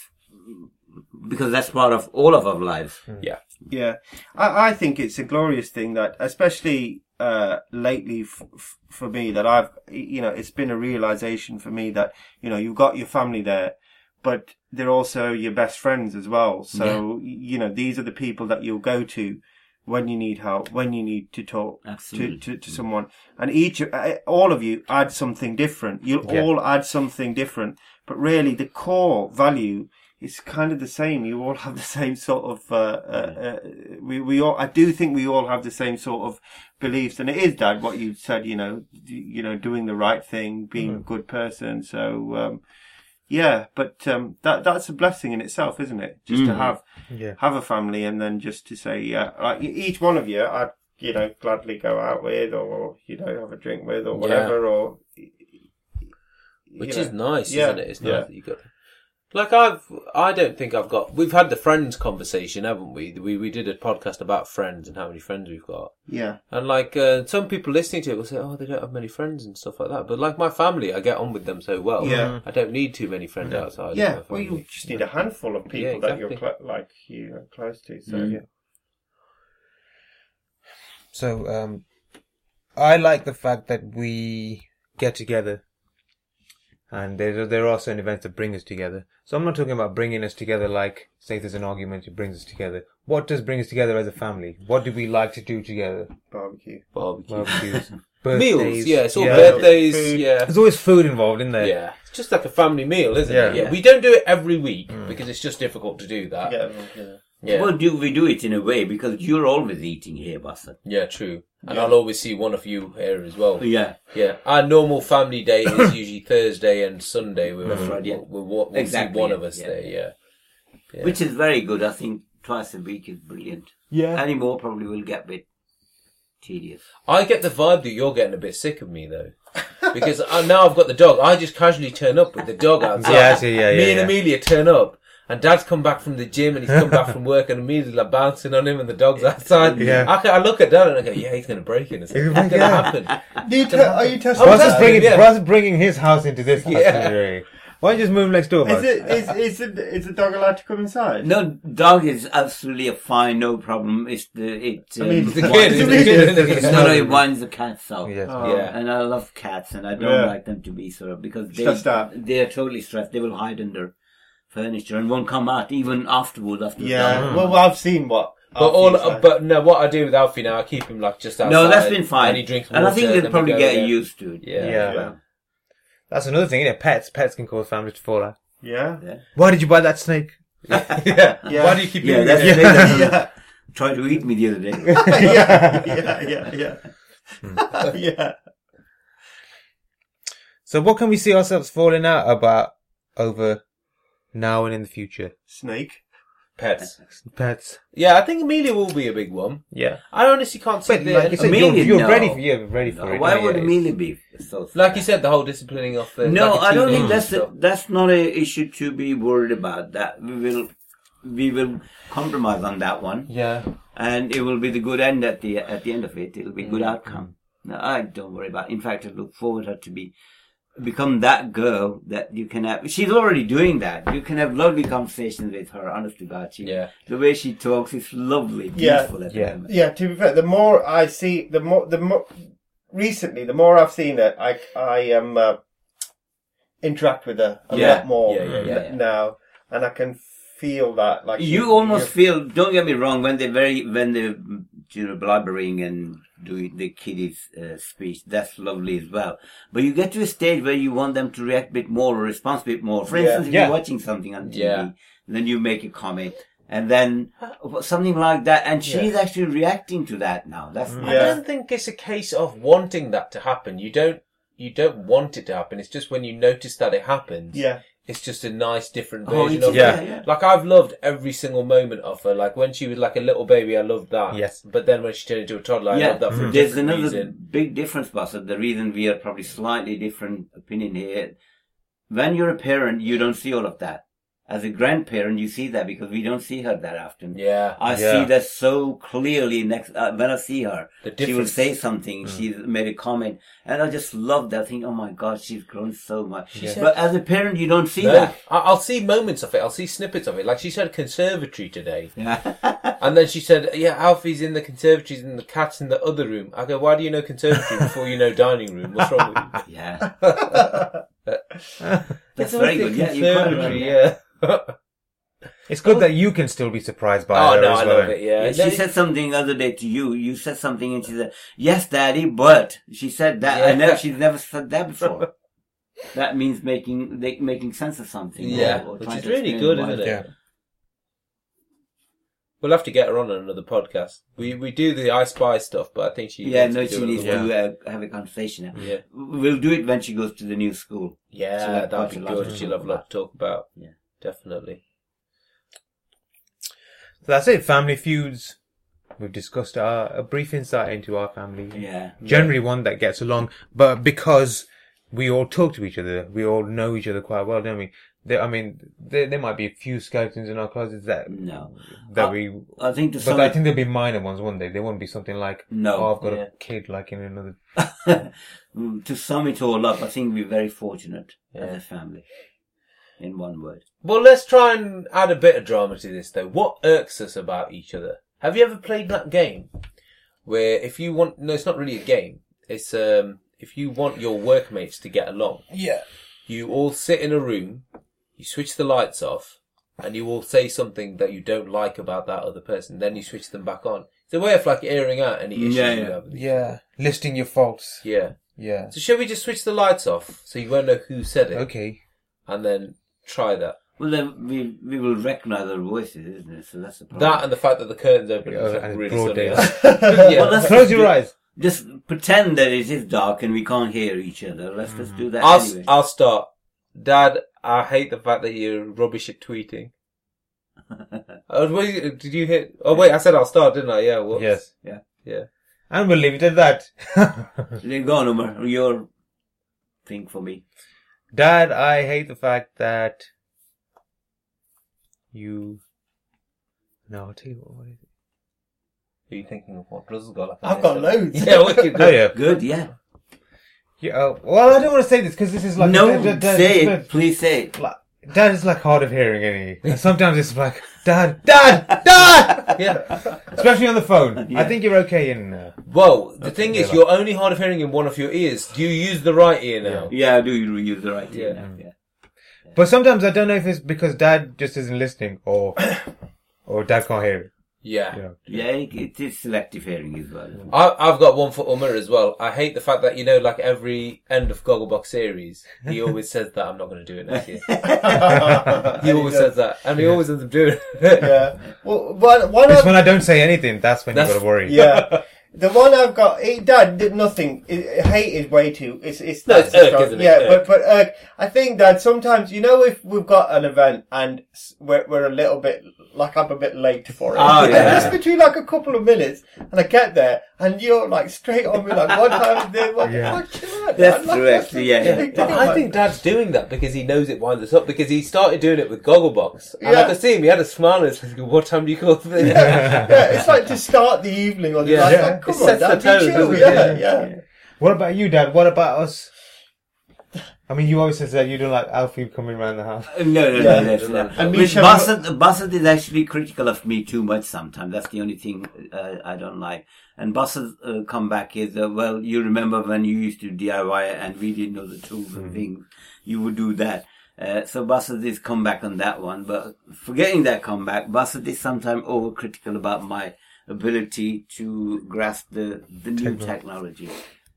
[SPEAKER 2] because that's part of all of our lives.
[SPEAKER 1] Yeah.
[SPEAKER 4] Yeah, I, I think it's a glorious thing that, especially uh, lately f- f- for me, that I've, you know, it's been a realization for me that, you know, you've got your family there, but they're also your best friends as well. So, y you know, these are the people that you'll go to when you need help, when you need to talk
[SPEAKER 2] Absolutely.
[SPEAKER 4] to, to, to someone. And each, uh, all of you add something different. You'll
[SPEAKER 3] Yeah.
[SPEAKER 4] all add something different, but really the core value is kind of the same. You all have the same sort of, uh, uh, uh, we, we all, I do think we all have the same sort of beliefs. And it is, Dad, what you said, you know, d- you know, doing the right thing, being a good person. So, um, yeah, but um, that that's a blessing in itself, isn't it? Just
[SPEAKER 1] Mm.
[SPEAKER 4] to have
[SPEAKER 3] Yeah.
[SPEAKER 4] have a family, and then just to say, yeah, like e- each one of you, I'd you know gladly go out with, or you know have a drink with, or whatever, or
[SPEAKER 1] Mm. Which
[SPEAKER 4] you
[SPEAKER 1] is
[SPEAKER 4] know.
[SPEAKER 1] nice,
[SPEAKER 4] Yeah.
[SPEAKER 1] isn't it? It's nice
[SPEAKER 4] Yeah.
[SPEAKER 1] that you got. Like I've, I don't think I've got. We've had the friends conversation, haven't we? We we did a podcast about friends and how many friends we've got.
[SPEAKER 4] yeah,
[SPEAKER 1] And like uh, some people listening to it will say, "Oh, they don't have many friends and stuff like that." But like my family, I get on with them so well.
[SPEAKER 4] Yeah.
[SPEAKER 1] I don't need too many friends outside.
[SPEAKER 4] yeah.
[SPEAKER 1] Of my
[SPEAKER 4] Well,
[SPEAKER 1] family.
[SPEAKER 4] you just need a handful of people
[SPEAKER 1] Yeah,
[SPEAKER 4] that you're
[SPEAKER 1] exactly.
[SPEAKER 4] cl- like you know, close to. So
[SPEAKER 2] Mm.
[SPEAKER 4] yeah.
[SPEAKER 3] So um, I like the fact that we get together, and there there are certain events that bring us together. So I'm not talking about bringing us together like say there's an argument it brings us together. What does bring us together as a family? What do we like to do together?
[SPEAKER 4] barbecue.
[SPEAKER 1] barbecue,
[SPEAKER 3] Barbecues,
[SPEAKER 1] meals.
[SPEAKER 3] birthdays,
[SPEAKER 1] Yeah, it's all
[SPEAKER 3] yeah.
[SPEAKER 1] birthdays.
[SPEAKER 4] Food.
[SPEAKER 1] Yeah,
[SPEAKER 3] There's always food involved, isn't there?
[SPEAKER 1] Yeah, it's just like a family meal, isn't it?
[SPEAKER 3] Yeah.
[SPEAKER 1] Yeah, we don't do it every week because it's just difficult to do that.
[SPEAKER 4] Yeah, yeah.
[SPEAKER 1] yeah,
[SPEAKER 2] Mm. Well, do we do it in a way because you're always eating here, Basa.
[SPEAKER 1] Yeah, true. And
[SPEAKER 4] Yeah.
[SPEAKER 1] I'll always see one of you here as well.
[SPEAKER 2] Yeah,
[SPEAKER 1] Yeah, our normal family day is usually Thursday and Sunday. We're,
[SPEAKER 2] That's right, yeah.
[SPEAKER 1] we'll, we'll, we'll see
[SPEAKER 2] Exactly,
[SPEAKER 1] one
[SPEAKER 2] yeah,
[SPEAKER 1] of us
[SPEAKER 2] yeah.
[SPEAKER 1] there. Yeah,
[SPEAKER 2] which is very good. I think twice a week is brilliant.
[SPEAKER 3] Yeah.
[SPEAKER 2] Any more probably will get a bit tedious.
[SPEAKER 1] I get the vibe that you're getting a bit sick of me though, because I, now I've got the dog. I just casually turn up with the dog outside.
[SPEAKER 3] Yeah, I see, yeah, yeah,
[SPEAKER 1] Me and
[SPEAKER 3] yeah.
[SPEAKER 1] Amelia turn up. And Dad's come back from the gym, and he's come back from work, and Amelia's like bouncing on him, and the dog's outside.
[SPEAKER 3] Yeah.
[SPEAKER 1] I, ca- I look at Dad and I go, "Yeah, he's gonna break in a second. It's gonna
[SPEAKER 3] Yeah.
[SPEAKER 1] happen."
[SPEAKER 4] You te- are you testing?
[SPEAKER 1] What's
[SPEAKER 3] Russ
[SPEAKER 1] Well,
[SPEAKER 3] is
[SPEAKER 1] that's-
[SPEAKER 3] bringing
[SPEAKER 1] yeah.
[SPEAKER 3] Russ is bringing his house into this house.
[SPEAKER 1] Yeah.
[SPEAKER 3] isn't he, really? Why don't you just move next door,
[SPEAKER 1] Oh,
[SPEAKER 4] Is
[SPEAKER 3] Russ?
[SPEAKER 4] it is is the, is the dog allowed to come inside?
[SPEAKER 2] No, dog is absolutely a fine, no problem. It's the it.
[SPEAKER 4] I mean,
[SPEAKER 2] um,
[SPEAKER 1] It's the kid,
[SPEAKER 2] winds-
[SPEAKER 1] it's the kid, isn't it?
[SPEAKER 2] no, no, it winds the cats out.
[SPEAKER 3] Yes.
[SPEAKER 4] Oh.
[SPEAKER 1] Yeah.
[SPEAKER 2] And I love cats, and I don't
[SPEAKER 4] Yeah.
[SPEAKER 2] like them to be sort of because they
[SPEAKER 4] Stressed out.
[SPEAKER 2] they are totally stressed. They will hide under furniture and won't come out even afterward after. the
[SPEAKER 4] Yeah.
[SPEAKER 2] dog.
[SPEAKER 4] Well, I've seen what.
[SPEAKER 1] But all,
[SPEAKER 4] I've seen-
[SPEAKER 1] but no, what I do with Alfie now, I keep him like just outside.
[SPEAKER 2] No, that's been fine.
[SPEAKER 1] And he drinks
[SPEAKER 2] and I
[SPEAKER 1] water,
[SPEAKER 2] think they'll
[SPEAKER 1] then we
[SPEAKER 2] probably
[SPEAKER 1] go
[SPEAKER 2] get
[SPEAKER 1] again.
[SPEAKER 2] used to it.
[SPEAKER 1] Yeah.
[SPEAKER 3] Yeah.
[SPEAKER 4] Yeah.
[SPEAKER 3] That's another thing, is Pets, pets can cause families to fall out.
[SPEAKER 4] yeah,
[SPEAKER 3] Why did you buy that snake?
[SPEAKER 1] yeah.
[SPEAKER 4] Yeah.
[SPEAKER 1] Why do you keep
[SPEAKER 2] Yeah,
[SPEAKER 1] doing
[SPEAKER 2] that's
[SPEAKER 1] that?
[SPEAKER 2] yeah.
[SPEAKER 4] yeah,
[SPEAKER 2] tried to eat me the other day.
[SPEAKER 4] yeah, yeah, yeah, yeah. yeah.
[SPEAKER 3] So what can we see ourselves falling out about over now and in the future?
[SPEAKER 4] Snake.
[SPEAKER 1] Pets.
[SPEAKER 3] Pets.
[SPEAKER 1] Yeah, I think Amelia will be a big one.
[SPEAKER 3] Yeah.
[SPEAKER 1] I honestly can't sit
[SPEAKER 3] But
[SPEAKER 1] there.
[SPEAKER 3] like you
[SPEAKER 1] and-
[SPEAKER 3] said,
[SPEAKER 2] Amelia,
[SPEAKER 3] you're, you're
[SPEAKER 2] no.
[SPEAKER 3] ready for you're ready for it.
[SPEAKER 2] Why
[SPEAKER 3] Yeah,
[SPEAKER 2] would
[SPEAKER 3] it's-
[SPEAKER 2] Amelia be so?
[SPEAKER 1] like you said, the whole disciplining of the.
[SPEAKER 2] No,
[SPEAKER 1] like a
[SPEAKER 2] I don't
[SPEAKER 1] teenager
[SPEAKER 2] think that's
[SPEAKER 1] and
[SPEAKER 2] a,
[SPEAKER 1] stuff.
[SPEAKER 2] that's not a issue to be worried about. That we will we will compromise on that one,
[SPEAKER 3] Yeah.
[SPEAKER 2] and it will be the good end at the at the end of it. It'll be a good outcome. No, I don't worry about. In fact, I look forward her to be become that girl that you can have. She's already doing that. You can have lovely conversations with her. Honest to God, she,
[SPEAKER 1] Yeah.
[SPEAKER 2] the way she talks is lovely,
[SPEAKER 4] Yeah.
[SPEAKER 2] beautiful at the
[SPEAKER 3] Yeah.
[SPEAKER 2] moment.
[SPEAKER 4] Yeah. To be fair, the more I see, the more the more recently, the more I've seen it, I I am uh, interact with her a
[SPEAKER 2] Yeah.
[SPEAKER 4] lot more
[SPEAKER 1] Yeah, yeah, yeah, yeah.
[SPEAKER 4] now, and I can feel that. Like
[SPEAKER 2] You almost feel. Don't get me wrong. When they very when they you know blabbering and doing the kiddies uh, speech, that's lovely as well. But you get to a stage where you want them to react a bit more or respond a bit more. For
[SPEAKER 4] Yeah.
[SPEAKER 2] instance, if
[SPEAKER 3] Yeah.
[SPEAKER 2] you're watching something on TV,
[SPEAKER 1] Yeah.
[SPEAKER 2] then you make a comment. and then uh, something like that. And she's actually reacting to that now. That's
[SPEAKER 4] Mm.
[SPEAKER 1] I
[SPEAKER 4] Yeah.
[SPEAKER 1] don't think it's a case of wanting that to happen. You don't you don't want it to happen. It's just when you notice that it happens.
[SPEAKER 4] Yeah.
[SPEAKER 1] It's just a nice different
[SPEAKER 2] Oh,
[SPEAKER 1] version
[SPEAKER 2] it
[SPEAKER 1] of
[SPEAKER 2] is,
[SPEAKER 3] Yeah.
[SPEAKER 1] it.
[SPEAKER 2] yeah, yeah.
[SPEAKER 1] Like I've loved every single moment of her. Like when she was like a little baby, I loved that.
[SPEAKER 3] Yes.
[SPEAKER 1] But then when she turned into a toddler, I
[SPEAKER 2] yeah, Mm.
[SPEAKER 1] loved that for a
[SPEAKER 2] there's
[SPEAKER 1] different
[SPEAKER 2] another
[SPEAKER 1] reason.
[SPEAKER 2] big difference, Buster. The reason we are probably slightly different opinion here. When you're a parent, you don't see all of that. As a grandparent, you see that because we don't see her that often.
[SPEAKER 1] Yeah.
[SPEAKER 2] I
[SPEAKER 3] Yeah.
[SPEAKER 2] see that so clearly next uh, when I see her.
[SPEAKER 1] The
[SPEAKER 2] she will
[SPEAKER 1] difference.
[SPEAKER 2] say something. She made a comment, and I just love that thing. Oh my God, she's grown so much.
[SPEAKER 1] said-
[SPEAKER 2] But as a parent, you don't see
[SPEAKER 1] No,
[SPEAKER 2] that.
[SPEAKER 1] I- I'll see moments of it. I'll see snippets of it. Like she said, conservatory today.
[SPEAKER 2] Yeah.
[SPEAKER 1] And then she said, "Yeah, Alfie's in the conservatories and the cat's in the other room." I go, "Why do you know conservatory before you know dining room? What's wrong with you?"
[SPEAKER 2] yeah.
[SPEAKER 1] It's
[SPEAKER 2] That's very good. Yeah, you're quite right.
[SPEAKER 1] conservatory, yeah.
[SPEAKER 3] It's good that you can still be surprised by
[SPEAKER 1] oh
[SPEAKER 3] her
[SPEAKER 1] no,
[SPEAKER 3] as
[SPEAKER 1] I
[SPEAKER 3] well.
[SPEAKER 1] love it. Yeah,
[SPEAKER 2] Yeah,
[SPEAKER 1] No,
[SPEAKER 2] she said something the other day to you. You said something, and she said, "Yes, Daddy," but she said that. I
[SPEAKER 1] Yeah.
[SPEAKER 2] never. She's never said that before. that means making they, making sense of something. or-
[SPEAKER 1] yeah,
[SPEAKER 2] or
[SPEAKER 1] which
[SPEAKER 2] trying
[SPEAKER 1] is
[SPEAKER 2] to
[SPEAKER 1] really
[SPEAKER 2] explain
[SPEAKER 1] good,
[SPEAKER 2] why.
[SPEAKER 1] isn't it?
[SPEAKER 3] Yeah.
[SPEAKER 1] We'll have to get her on another podcast. We we do the I Spy stuff, but I think she
[SPEAKER 2] Yeah,
[SPEAKER 1] needs
[SPEAKER 2] no,
[SPEAKER 1] to do
[SPEAKER 2] she needs
[SPEAKER 1] another one.
[SPEAKER 2] to uh, have a conversation.
[SPEAKER 1] Yeah,
[SPEAKER 2] We'll do it when she goes to the new school.
[SPEAKER 1] yeah,
[SPEAKER 2] So that-
[SPEAKER 1] that'd be
[SPEAKER 2] that's a lot
[SPEAKER 1] good.
[SPEAKER 2] to
[SPEAKER 1] She'll
[SPEAKER 2] talk
[SPEAKER 1] have a lot to talk about.
[SPEAKER 2] Yeah.
[SPEAKER 1] definitely.
[SPEAKER 3] So that's it. Family feuds. We've discussed our, a brief insight into our family.
[SPEAKER 2] Yeah.
[SPEAKER 3] Generally, one that gets along, but because we all talk to each other, we all know each other quite well, don't we? There, I mean, there, there might be a few skeletons in our closets that
[SPEAKER 2] No.
[SPEAKER 3] that
[SPEAKER 2] Uh,
[SPEAKER 3] we,
[SPEAKER 2] I think to
[SPEAKER 3] but
[SPEAKER 2] some
[SPEAKER 3] I think they'll be minor ones, won't they? They won't be something like,
[SPEAKER 2] No,
[SPEAKER 3] oh, I've got
[SPEAKER 1] yeah.
[SPEAKER 3] a kid like in another.
[SPEAKER 2] to sum it all up, I think we're very fortunate as a family. In one word.
[SPEAKER 1] Well, let's try and add a bit of drama to this, though. What irks us about each other? Have you ever played that game where if you want, no, it's not really a game. It's um, if you want your workmates to get along, yeah, you all sit in a room, you switch the lights off, and you all say something that you don't like about that other person. Then you switch them back on. It's a way of like airing out any issues
[SPEAKER 2] Yeah,
[SPEAKER 1] you
[SPEAKER 2] yeah.
[SPEAKER 1] have. with each
[SPEAKER 3] Yeah, listing your faults.
[SPEAKER 1] other. Yeah.
[SPEAKER 3] Yeah.
[SPEAKER 1] So shall we just switch the lights off so you won't know who said it,
[SPEAKER 3] Okay.
[SPEAKER 1] and then try that.
[SPEAKER 2] Well, then we we will recognize our voices, isn't it? So that's the problem.
[SPEAKER 1] That and the fact that the curtains open
[SPEAKER 3] Yeah,
[SPEAKER 1] it's
[SPEAKER 2] Oh,
[SPEAKER 1] like
[SPEAKER 3] and it's
[SPEAKER 1] really
[SPEAKER 3] broad
[SPEAKER 1] sunny
[SPEAKER 3] daylight.
[SPEAKER 1] out. yeah.
[SPEAKER 2] Well, that's-
[SPEAKER 3] Close your eyes.
[SPEAKER 2] just pretend that it is dark and we can't hear each other. Let's just do that
[SPEAKER 1] I'll,
[SPEAKER 2] anyway.
[SPEAKER 1] I'll start. Dad, I hate the fact that you're rubbish at tweeting. oh, what you- did you hear? Oh wait, I said I'll start, didn't I? Yeah. Whoops.
[SPEAKER 3] Yes.
[SPEAKER 2] Yeah.
[SPEAKER 1] Yeah.
[SPEAKER 3] And we'll leave it at that.
[SPEAKER 2] Then Go on, Umar. Your thing for me.
[SPEAKER 3] Dad, I hate the fact that you. No, I'll tell you what. what is it?
[SPEAKER 1] Who are you thinking of? What Russell's got? Like
[SPEAKER 4] I've got loads.
[SPEAKER 1] Yeah. Wicked.
[SPEAKER 3] Oh yeah.
[SPEAKER 2] Good, yeah.
[SPEAKER 3] yeah oh, well, I don't want to say this because this is like
[SPEAKER 2] no,
[SPEAKER 3] Dad- Dad- Dad-
[SPEAKER 2] say it.
[SPEAKER 3] Dad-
[SPEAKER 2] Please say it.
[SPEAKER 3] like- Dad is like hard of hearing, isn't he? And sometimes it's like Dad, Dad, Dad,
[SPEAKER 1] Yeah.
[SPEAKER 3] especially on the phone.
[SPEAKER 2] Yeah.
[SPEAKER 3] I think you're okay in. Uh,
[SPEAKER 1] Well, the thing
[SPEAKER 3] yeah,
[SPEAKER 1] is,
[SPEAKER 3] like-
[SPEAKER 1] you're only hard of hearing in one of your ears. Do you use the right ear now?
[SPEAKER 2] Yeah, I do you use the right
[SPEAKER 1] Yeah.
[SPEAKER 2] thing now? Yeah.
[SPEAKER 3] but sometimes I don't know if it's because Dad just isn't listening or or Dad can't hear it.
[SPEAKER 1] Yeah.
[SPEAKER 3] You know.
[SPEAKER 2] Yeah, it, it is selective hearing as well. isn't it?
[SPEAKER 1] I, I've got one for Umar as well. I hate the fact that you know, like every end of Gogglebox series, he always says that I'm not going to do it next year. He always says that, and he always ends up doing it.
[SPEAKER 4] Yeah. Well, one, one
[SPEAKER 3] It's
[SPEAKER 4] I've,
[SPEAKER 3] when I don't say anything that's when you
[SPEAKER 1] That's-
[SPEAKER 3] gotta worry.
[SPEAKER 4] yeah. The one I've got, it, Dad did nothing. It, hate is way too. It's it's
[SPEAKER 1] No, it's
[SPEAKER 4] that's the
[SPEAKER 1] irk,
[SPEAKER 4] start.
[SPEAKER 1] isn't it?
[SPEAKER 4] Yeah,
[SPEAKER 1] Irk.
[SPEAKER 4] but but uh, I think Dad sometimes you know if we've got an event and s- we're we're a little bit like I'm a bit late for it.
[SPEAKER 2] Oh,
[SPEAKER 1] Ah,
[SPEAKER 4] And
[SPEAKER 2] yeah.
[SPEAKER 4] Just between like a couple of minutes, and I get there and you're like straight on me like what time is this? What,
[SPEAKER 3] Yeah.
[SPEAKER 4] what time is
[SPEAKER 2] That's
[SPEAKER 4] it? I'm
[SPEAKER 2] true,
[SPEAKER 4] like,
[SPEAKER 2] actually, yeah,
[SPEAKER 4] a
[SPEAKER 2] yeah.
[SPEAKER 4] big
[SPEAKER 1] But
[SPEAKER 4] deal,
[SPEAKER 1] I
[SPEAKER 4] like-
[SPEAKER 1] think Dad's doing that because he knows it winds us up. Because he started doing it with Gogglebox, and I
[SPEAKER 4] Yeah.
[SPEAKER 1] could see him. He had a smile and said, "What time do you call this?"
[SPEAKER 4] yeah, it's like to start the evening on
[SPEAKER 1] Yeah.
[SPEAKER 4] yeah, like,
[SPEAKER 1] Yeah.
[SPEAKER 4] like, come
[SPEAKER 1] It
[SPEAKER 4] on,
[SPEAKER 1] sets the
[SPEAKER 4] Dad,
[SPEAKER 1] tone,
[SPEAKER 4] be
[SPEAKER 1] doesn't
[SPEAKER 4] chill.
[SPEAKER 1] it?
[SPEAKER 4] Yeah,
[SPEAKER 1] Yeah.
[SPEAKER 4] yeah.
[SPEAKER 3] What about you, Dad? What about us? I mean, you always say that you don't like Alfie coming around the house.
[SPEAKER 2] Uh, No, no,
[SPEAKER 4] Yeah.
[SPEAKER 2] no, that's not.
[SPEAKER 4] And
[SPEAKER 2] With
[SPEAKER 4] Misha-
[SPEAKER 2] Bassett, Bassett is actually critical of me too much sometimes. That's the only thing uh, I don't like. And Bassett's uh, comeback is, uh, well, you remember when you used to DIY and we didn't know the tools and
[SPEAKER 4] Hmm.
[SPEAKER 2] things. You would do that. Uh, so Bassett is comeback on that one. But forgetting that comeback, Bassett is sometimes overcritical about my ability to grasp the, the new technology.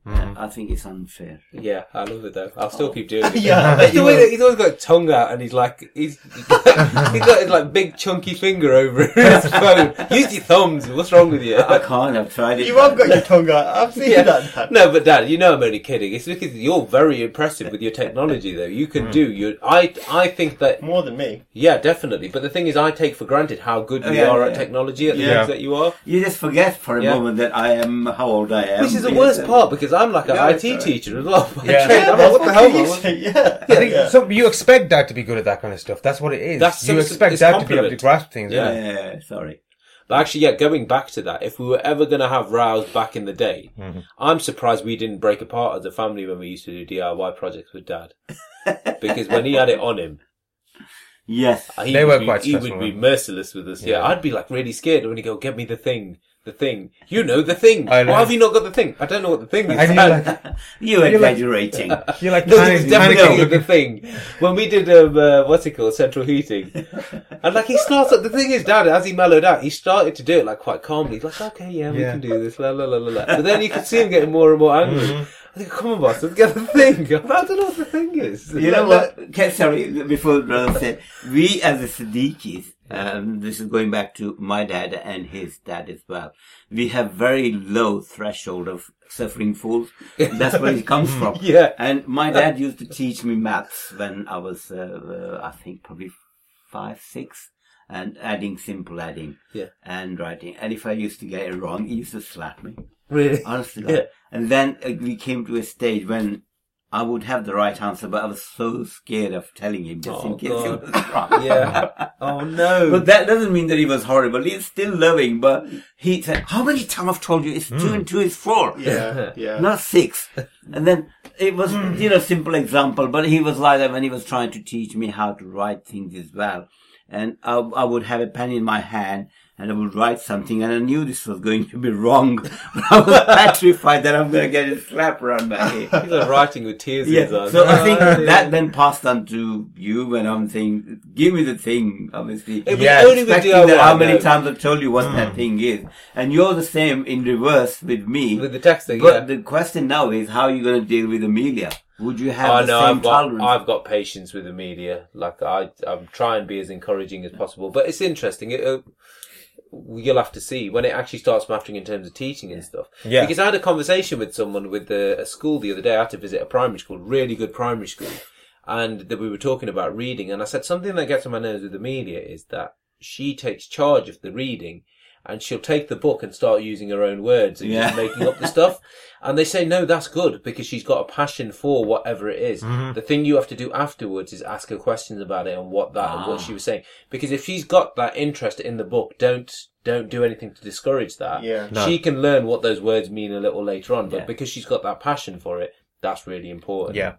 [SPEAKER 4] Hmm.
[SPEAKER 2] Uh, I think it's unfair.
[SPEAKER 1] Yeah, I love it though. I'll still keep doing it.
[SPEAKER 4] Yeah, I bet
[SPEAKER 1] That's the
[SPEAKER 4] you
[SPEAKER 1] way
[SPEAKER 4] will.
[SPEAKER 1] that he's always got his tongue out and he's like, he's, he's got his like big chunky finger over his phone. Use your thumbs. What's wrong with you?
[SPEAKER 2] I can't. I've tried it.
[SPEAKER 4] You have got your tongue out. I've seen
[SPEAKER 1] Yeah.
[SPEAKER 4] that. Dan.
[SPEAKER 1] No, but Dad, you know I'm only kidding. It's because you're very impressive with your technology, though. You can do your. I I think that
[SPEAKER 4] More than me.
[SPEAKER 1] yeah, definitely. But the thing is, I take for granted how good you
[SPEAKER 2] Oh, yeah,
[SPEAKER 1] are at
[SPEAKER 2] yeah.
[SPEAKER 1] technology at the
[SPEAKER 4] Yeah.
[SPEAKER 1] age that you are.
[SPEAKER 2] You just forget for a
[SPEAKER 1] Yeah.
[SPEAKER 2] moment that I am how old I am.
[SPEAKER 1] Which is the
[SPEAKER 2] Yes,
[SPEAKER 1] worst
[SPEAKER 2] um,
[SPEAKER 1] part because I'm like an
[SPEAKER 2] No,
[SPEAKER 1] IT
[SPEAKER 2] it's alright.
[SPEAKER 1] teacher as well. by
[SPEAKER 3] Yeah.
[SPEAKER 1] trade. I'm like,
[SPEAKER 4] that's
[SPEAKER 1] what the
[SPEAKER 4] what
[SPEAKER 1] hell?
[SPEAKER 4] you
[SPEAKER 1] man?
[SPEAKER 4] say, Yeah.
[SPEAKER 3] I think
[SPEAKER 4] Yeah.
[SPEAKER 3] some, you expect Dad to be good at that kind of stuff. That's what it is.
[SPEAKER 1] That's
[SPEAKER 3] you
[SPEAKER 1] some-
[SPEAKER 3] expect
[SPEAKER 1] it's
[SPEAKER 3] Dad to be able to
[SPEAKER 1] compliment.
[SPEAKER 3] grasp things.
[SPEAKER 1] Yeah.
[SPEAKER 3] Yeah.
[SPEAKER 2] Yeah, yeah, yeah, sorry.
[SPEAKER 1] But actually, yeah, going back to that, if we were ever going to have rows back in the day,
[SPEAKER 3] Mm-hmm.
[SPEAKER 1] I'm surprised we didn't break apart as a family when we used to do DIY projects with Dad. because when he had it on him, uh,
[SPEAKER 2] Yes.
[SPEAKER 1] he
[SPEAKER 3] They
[SPEAKER 1] would
[SPEAKER 3] were
[SPEAKER 1] be,
[SPEAKER 3] quite
[SPEAKER 1] He would
[SPEAKER 3] stressful,
[SPEAKER 1] be
[SPEAKER 3] weren't
[SPEAKER 1] merciless with us. Yeah.
[SPEAKER 3] Yeah.
[SPEAKER 1] I'd be like really scared when he go, "Get me the thing, the thing." You know the thing.
[SPEAKER 3] I know.
[SPEAKER 1] Why have you not got the thing? I don't know what the thing is.
[SPEAKER 3] And you're
[SPEAKER 1] Dad.
[SPEAKER 3] like,
[SPEAKER 2] You're
[SPEAKER 3] You're like-
[SPEAKER 2] exaggerating.
[SPEAKER 3] you're like
[SPEAKER 1] No, it was
[SPEAKER 3] panic,
[SPEAKER 1] definitely
[SPEAKER 3] panicking.
[SPEAKER 1] the thing. When we did, um, uh, what's it called, central heating, and like he starts. The thing is, Dad, as he mellowed out, he started to do it like quite calmly. He's like, okay, yeah, we
[SPEAKER 3] Yeah.
[SPEAKER 1] can do this, la la la la la. But then you could see him getting more and more angry.
[SPEAKER 2] Mm-hmm.
[SPEAKER 1] I think, come on, boss, let's get the thing. I'm like, I don't know what the thing is.
[SPEAKER 2] You know what? Okay, sorry, before brother said, we as the Siddiqis, um, this is going back to my dad and his dad as well. We have very low threshold of suffering fools. That's where it comes from.
[SPEAKER 1] Yeah.
[SPEAKER 2] And my dad used to teach me maths when I was, uh, uh, I think probably five, six, and adding, simple adding,
[SPEAKER 1] Yeah.
[SPEAKER 2] and writing. And if I used to get it wrong, he used to slap me.
[SPEAKER 1] Really?
[SPEAKER 2] Honestly,
[SPEAKER 1] Yeah.
[SPEAKER 2] and then uh, we came to a stage when I would have the right answer, but I was so scared of telling him just
[SPEAKER 1] Oh,
[SPEAKER 2] in case he
[SPEAKER 1] God.
[SPEAKER 2] was wrong.
[SPEAKER 1] Yeah. Oh no.
[SPEAKER 2] But that doesn't mean that he was horrible. He's still loving, but he said, "How many times I've told you? It's two and two is four,
[SPEAKER 4] Yeah. Yeah.
[SPEAKER 2] not six. And then it was, you know, simple example. But he was like that when he was trying to teach me how to write things as well. And I, I would have a pen in my hand and I would write something, and I knew this was going to be wrong. But I was petrified that I'm going to get a slap around my head.
[SPEAKER 1] He's like writing with tears in
[SPEAKER 2] Yeah.
[SPEAKER 1] his eyes.
[SPEAKER 2] So I think
[SPEAKER 1] Oh,
[SPEAKER 2] that then passed on to you and I'm saying, give me the thing, obviously.
[SPEAKER 1] It was
[SPEAKER 3] Yeah,
[SPEAKER 1] only with
[SPEAKER 2] Expecting
[SPEAKER 1] DIY.
[SPEAKER 2] that how many
[SPEAKER 1] though.
[SPEAKER 2] times I've told you what
[SPEAKER 1] Mm.
[SPEAKER 2] that thing is. And you're the same in reverse with me.
[SPEAKER 1] With the texting,
[SPEAKER 2] but
[SPEAKER 1] yeah.
[SPEAKER 2] the question now is how are you going to deal with Amelia? Would you have
[SPEAKER 1] I
[SPEAKER 2] the
[SPEAKER 1] know
[SPEAKER 2] same
[SPEAKER 1] Oh, I've got,
[SPEAKER 2] tolerance?
[SPEAKER 1] I've got patience with the media. Like I, I'm trying to be as encouraging as possible. But it's interesting. It, uh, you'll have to see when it actually starts mattering in terms of teaching and stuff.
[SPEAKER 3] Yeah.
[SPEAKER 1] Because I had a conversation with someone with the, a school the other day. I had to visit a primary school, really good primary school, and that we were talking about reading. And I said something that gets on my nerves with the media is that she takes charge of the reading. And she'll take the book and start using her own words and just
[SPEAKER 2] Yeah.
[SPEAKER 1] making up the stuff. And they say, no, that's good because she's got a passion for whatever it is.
[SPEAKER 3] Mm-hmm.
[SPEAKER 1] The thing you have to do afterwards is ask her questions about it and what that, and
[SPEAKER 3] Ah.
[SPEAKER 1] what she was saying. Because if she's got that interest in the book, don't, don't do anything to discourage that.
[SPEAKER 4] Yeah.
[SPEAKER 3] No.
[SPEAKER 1] She can learn what those words mean a little later on, but
[SPEAKER 2] Yeah.
[SPEAKER 1] because she's got that passion for it, that's really important.
[SPEAKER 3] Yeah.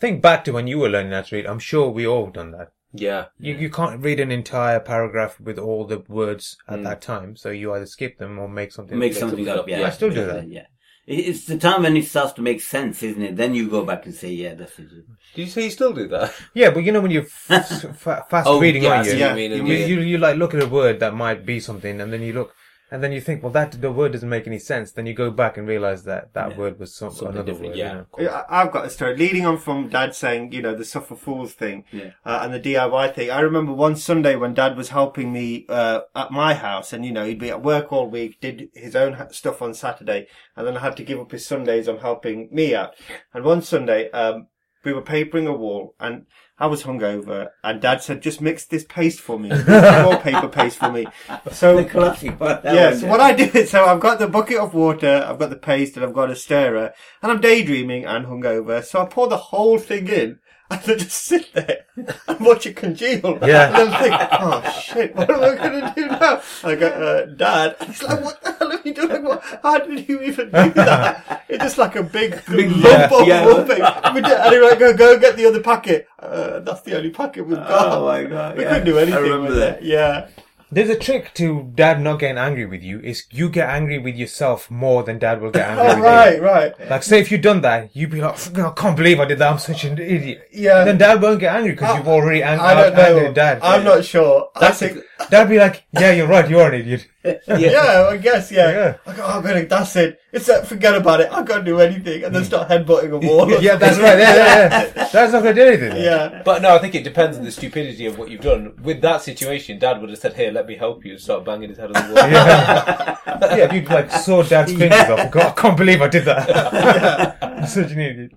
[SPEAKER 3] Think back to when you were learning how to read. I'm sure we all done that.
[SPEAKER 1] Yeah.
[SPEAKER 3] You, you can't read an entire paragraph with all the words at
[SPEAKER 1] Mm.
[SPEAKER 3] that time, so you either skip them or make something.
[SPEAKER 2] make something
[SPEAKER 1] something
[SPEAKER 2] up,
[SPEAKER 1] up,
[SPEAKER 2] yeah.
[SPEAKER 1] yeah. I
[SPEAKER 3] still do that.
[SPEAKER 2] Yeah. It- It's the time when it starts to make sense, isn't it? Then you go back and say, yeah, that's it.
[SPEAKER 1] Do you say you still do that?
[SPEAKER 3] Yeah, but you know when you're f- f- fast
[SPEAKER 1] Oh,
[SPEAKER 3] reading,
[SPEAKER 1] yeah, I
[SPEAKER 3] aren't
[SPEAKER 1] see
[SPEAKER 3] you?
[SPEAKER 1] what you mean,
[SPEAKER 3] You,
[SPEAKER 1] and
[SPEAKER 3] you,
[SPEAKER 1] yeah.
[SPEAKER 3] you, like look at a word that might be something, and then you look, and then you think, well, that the word doesn't make any sense. Then you go back and realize that that word was some,
[SPEAKER 1] Something
[SPEAKER 3] another
[SPEAKER 1] different,
[SPEAKER 3] word.
[SPEAKER 1] yeah.
[SPEAKER 3] You know?
[SPEAKER 4] I- I've got a story leading on from Dad saying, you know, the suffer fools thing
[SPEAKER 2] Yeah.
[SPEAKER 4] uh, and the DIY thing. I remember one Sunday when Dad was helping me uh, at my house, and you know, he'd be at work all week, did his own ha- stuff on Saturday, and then I had to give up his Sundays on helping me out. And one Sunday, um, we were papering a wall, and I was hungover, and Dad said, "Just mix this paste for me, wallpaper paste for me." So
[SPEAKER 2] The classic one. that
[SPEAKER 4] yeah,
[SPEAKER 2] one,
[SPEAKER 4] so what I do is, so I've got the bucket of water, I've got the paste, and I've got a stirrer, and I'm daydreaming and hungover, so I pour the whole thing in, and I just sit there and watch it congeal.
[SPEAKER 3] Yeah.
[SPEAKER 4] And I'm thinking, oh shit, what am I going to do now? I go, uh, Dad, and he's like, what the hell are you doing? What, how did you even do that? It's just like a big,
[SPEAKER 2] Big
[SPEAKER 4] lump
[SPEAKER 2] lump,
[SPEAKER 4] of
[SPEAKER 2] yeah.
[SPEAKER 4] whooping. And we did- and he went, go, go get the other packet. Uh, that's the only packet we've got.
[SPEAKER 2] Oh my God,
[SPEAKER 4] We
[SPEAKER 2] yeah.
[SPEAKER 4] couldn't do
[SPEAKER 2] I
[SPEAKER 4] anything
[SPEAKER 2] remember
[SPEAKER 4] with
[SPEAKER 2] that.
[SPEAKER 4] it. Yeah.
[SPEAKER 3] There's a trick to dad not getting angry with you is you get angry with yourself more than dad will get angry
[SPEAKER 4] Oh,
[SPEAKER 3] with
[SPEAKER 4] right, right.
[SPEAKER 3] you. Like, say if you'd done that, you'd be like, "Fucking hell, I can't believe I did that. I'm such an idiot.
[SPEAKER 4] Yeah.
[SPEAKER 3] then dad won't get angry because you've already ang-
[SPEAKER 4] I don't
[SPEAKER 3] out- angered
[SPEAKER 4] know.
[SPEAKER 3] dad.
[SPEAKER 4] I'm not sure.
[SPEAKER 1] That's
[SPEAKER 4] I think
[SPEAKER 1] a-
[SPEAKER 3] Dad'd be like, yeah, you're right. You are an idiot.
[SPEAKER 4] Yeah. I guess, yeah.
[SPEAKER 3] Yeah.
[SPEAKER 4] I go, I'm gonna, that's it. It's that, forget about it. I can't do anything. And then start headbutting a wall.
[SPEAKER 3] yeah, that's right. Yeah, yeah, yeah. That's not going to do anything.
[SPEAKER 4] Yeah.
[SPEAKER 6] But no, I think it depends on the stupidity of what you've done. With that situation, Dad would have said, "Here, let me help you," and start banging his head on the wall.
[SPEAKER 3] Yeah, if you'd like saw Dad's fingers off. God, I can't believe I did that. Such an idiot.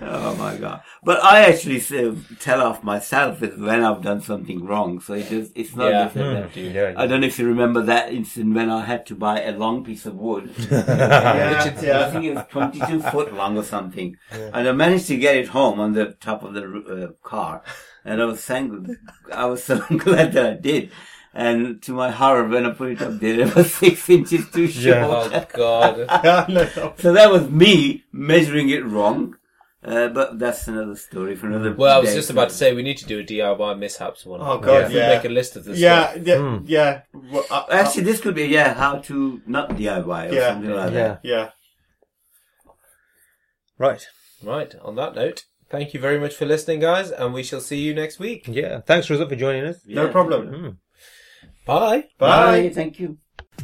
[SPEAKER 2] Oh my god! But I actually say, tell off myself is when I've done something wrong. So it does, it's not
[SPEAKER 6] Yeah.
[SPEAKER 2] just
[SPEAKER 1] Hmm.
[SPEAKER 2] that.
[SPEAKER 3] Yeah,
[SPEAKER 2] I don't know if you remember that incident when I had to buy a long piece of wood.
[SPEAKER 4] Yeah,
[SPEAKER 2] Which is-
[SPEAKER 4] yeah.
[SPEAKER 2] I think it was 22 foot long or something. And I managed to get it home on the top of the uh, car. And I was thank- I was so glad that I did. And to my horror, when I put it up there, it was six inches too short.
[SPEAKER 3] Yeah.
[SPEAKER 6] oh God!
[SPEAKER 4] Yeah, I know.
[SPEAKER 2] So that was me measuring it wrong. Uh, but that's another story for another.
[SPEAKER 6] Well, I was
[SPEAKER 2] day.
[SPEAKER 6] just about to say we need to do a DIY mishaps one.
[SPEAKER 4] Oh, God,
[SPEAKER 6] If we
[SPEAKER 4] yeah.
[SPEAKER 6] make a list of this.
[SPEAKER 4] Yeah,
[SPEAKER 6] stuff.
[SPEAKER 4] yeah,
[SPEAKER 3] Hmm.
[SPEAKER 4] yeah. Well, uh, I- I-
[SPEAKER 2] Actually, this could be yeah, how to not DIY or
[SPEAKER 4] Yeah.
[SPEAKER 2] something like
[SPEAKER 3] yeah.
[SPEAKER 2] that.
[SPEAKER 4] uh, yeah.
[SPEAKER 3] Right.
[SPEAKER 6] Right. On that note, thank you very much for listening, guys, and we shall see you next week.
[SPEAKER 3] Yeah. Thanks, Rosa, for joining us.
[SPEAKER 4] No
[SPEAKER 2] Yeah.
[SPEAKER 4] problem.
[SPEAKER 6] Bye.
[SPEAKER 4] Bye.
[SPEAKER 2] Bye. Thank you.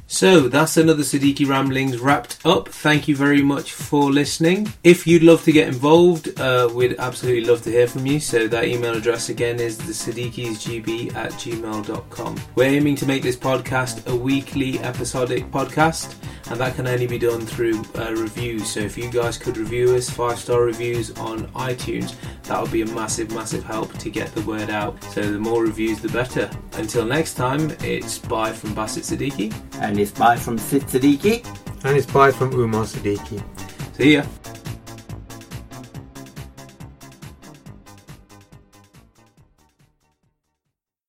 [SPEAKER 1] So that's another Siddiqui Ramblings wrapped up. Thank you very much for listening. If you'd love to get involved, uh, we'd absolutely love to hear from you. So that email address again is thesiddiquisgb at gmail.com. We're aiming to make this podcast a weekly episodic podcast, and that can only be done through uh, reviews. So if you guys could review us, five star reviews on iTunes, that would be a massive, massive help to get the word out. So the more reviews, the better. Until next time, it's bye from Bassett Siddiqui.
[SPEAKER 2] And it's bye from Sid Siddiqui.
[SPEAKER 3] And it's bye from Umar Siddiqui.
[SPEAKER 1] See ya.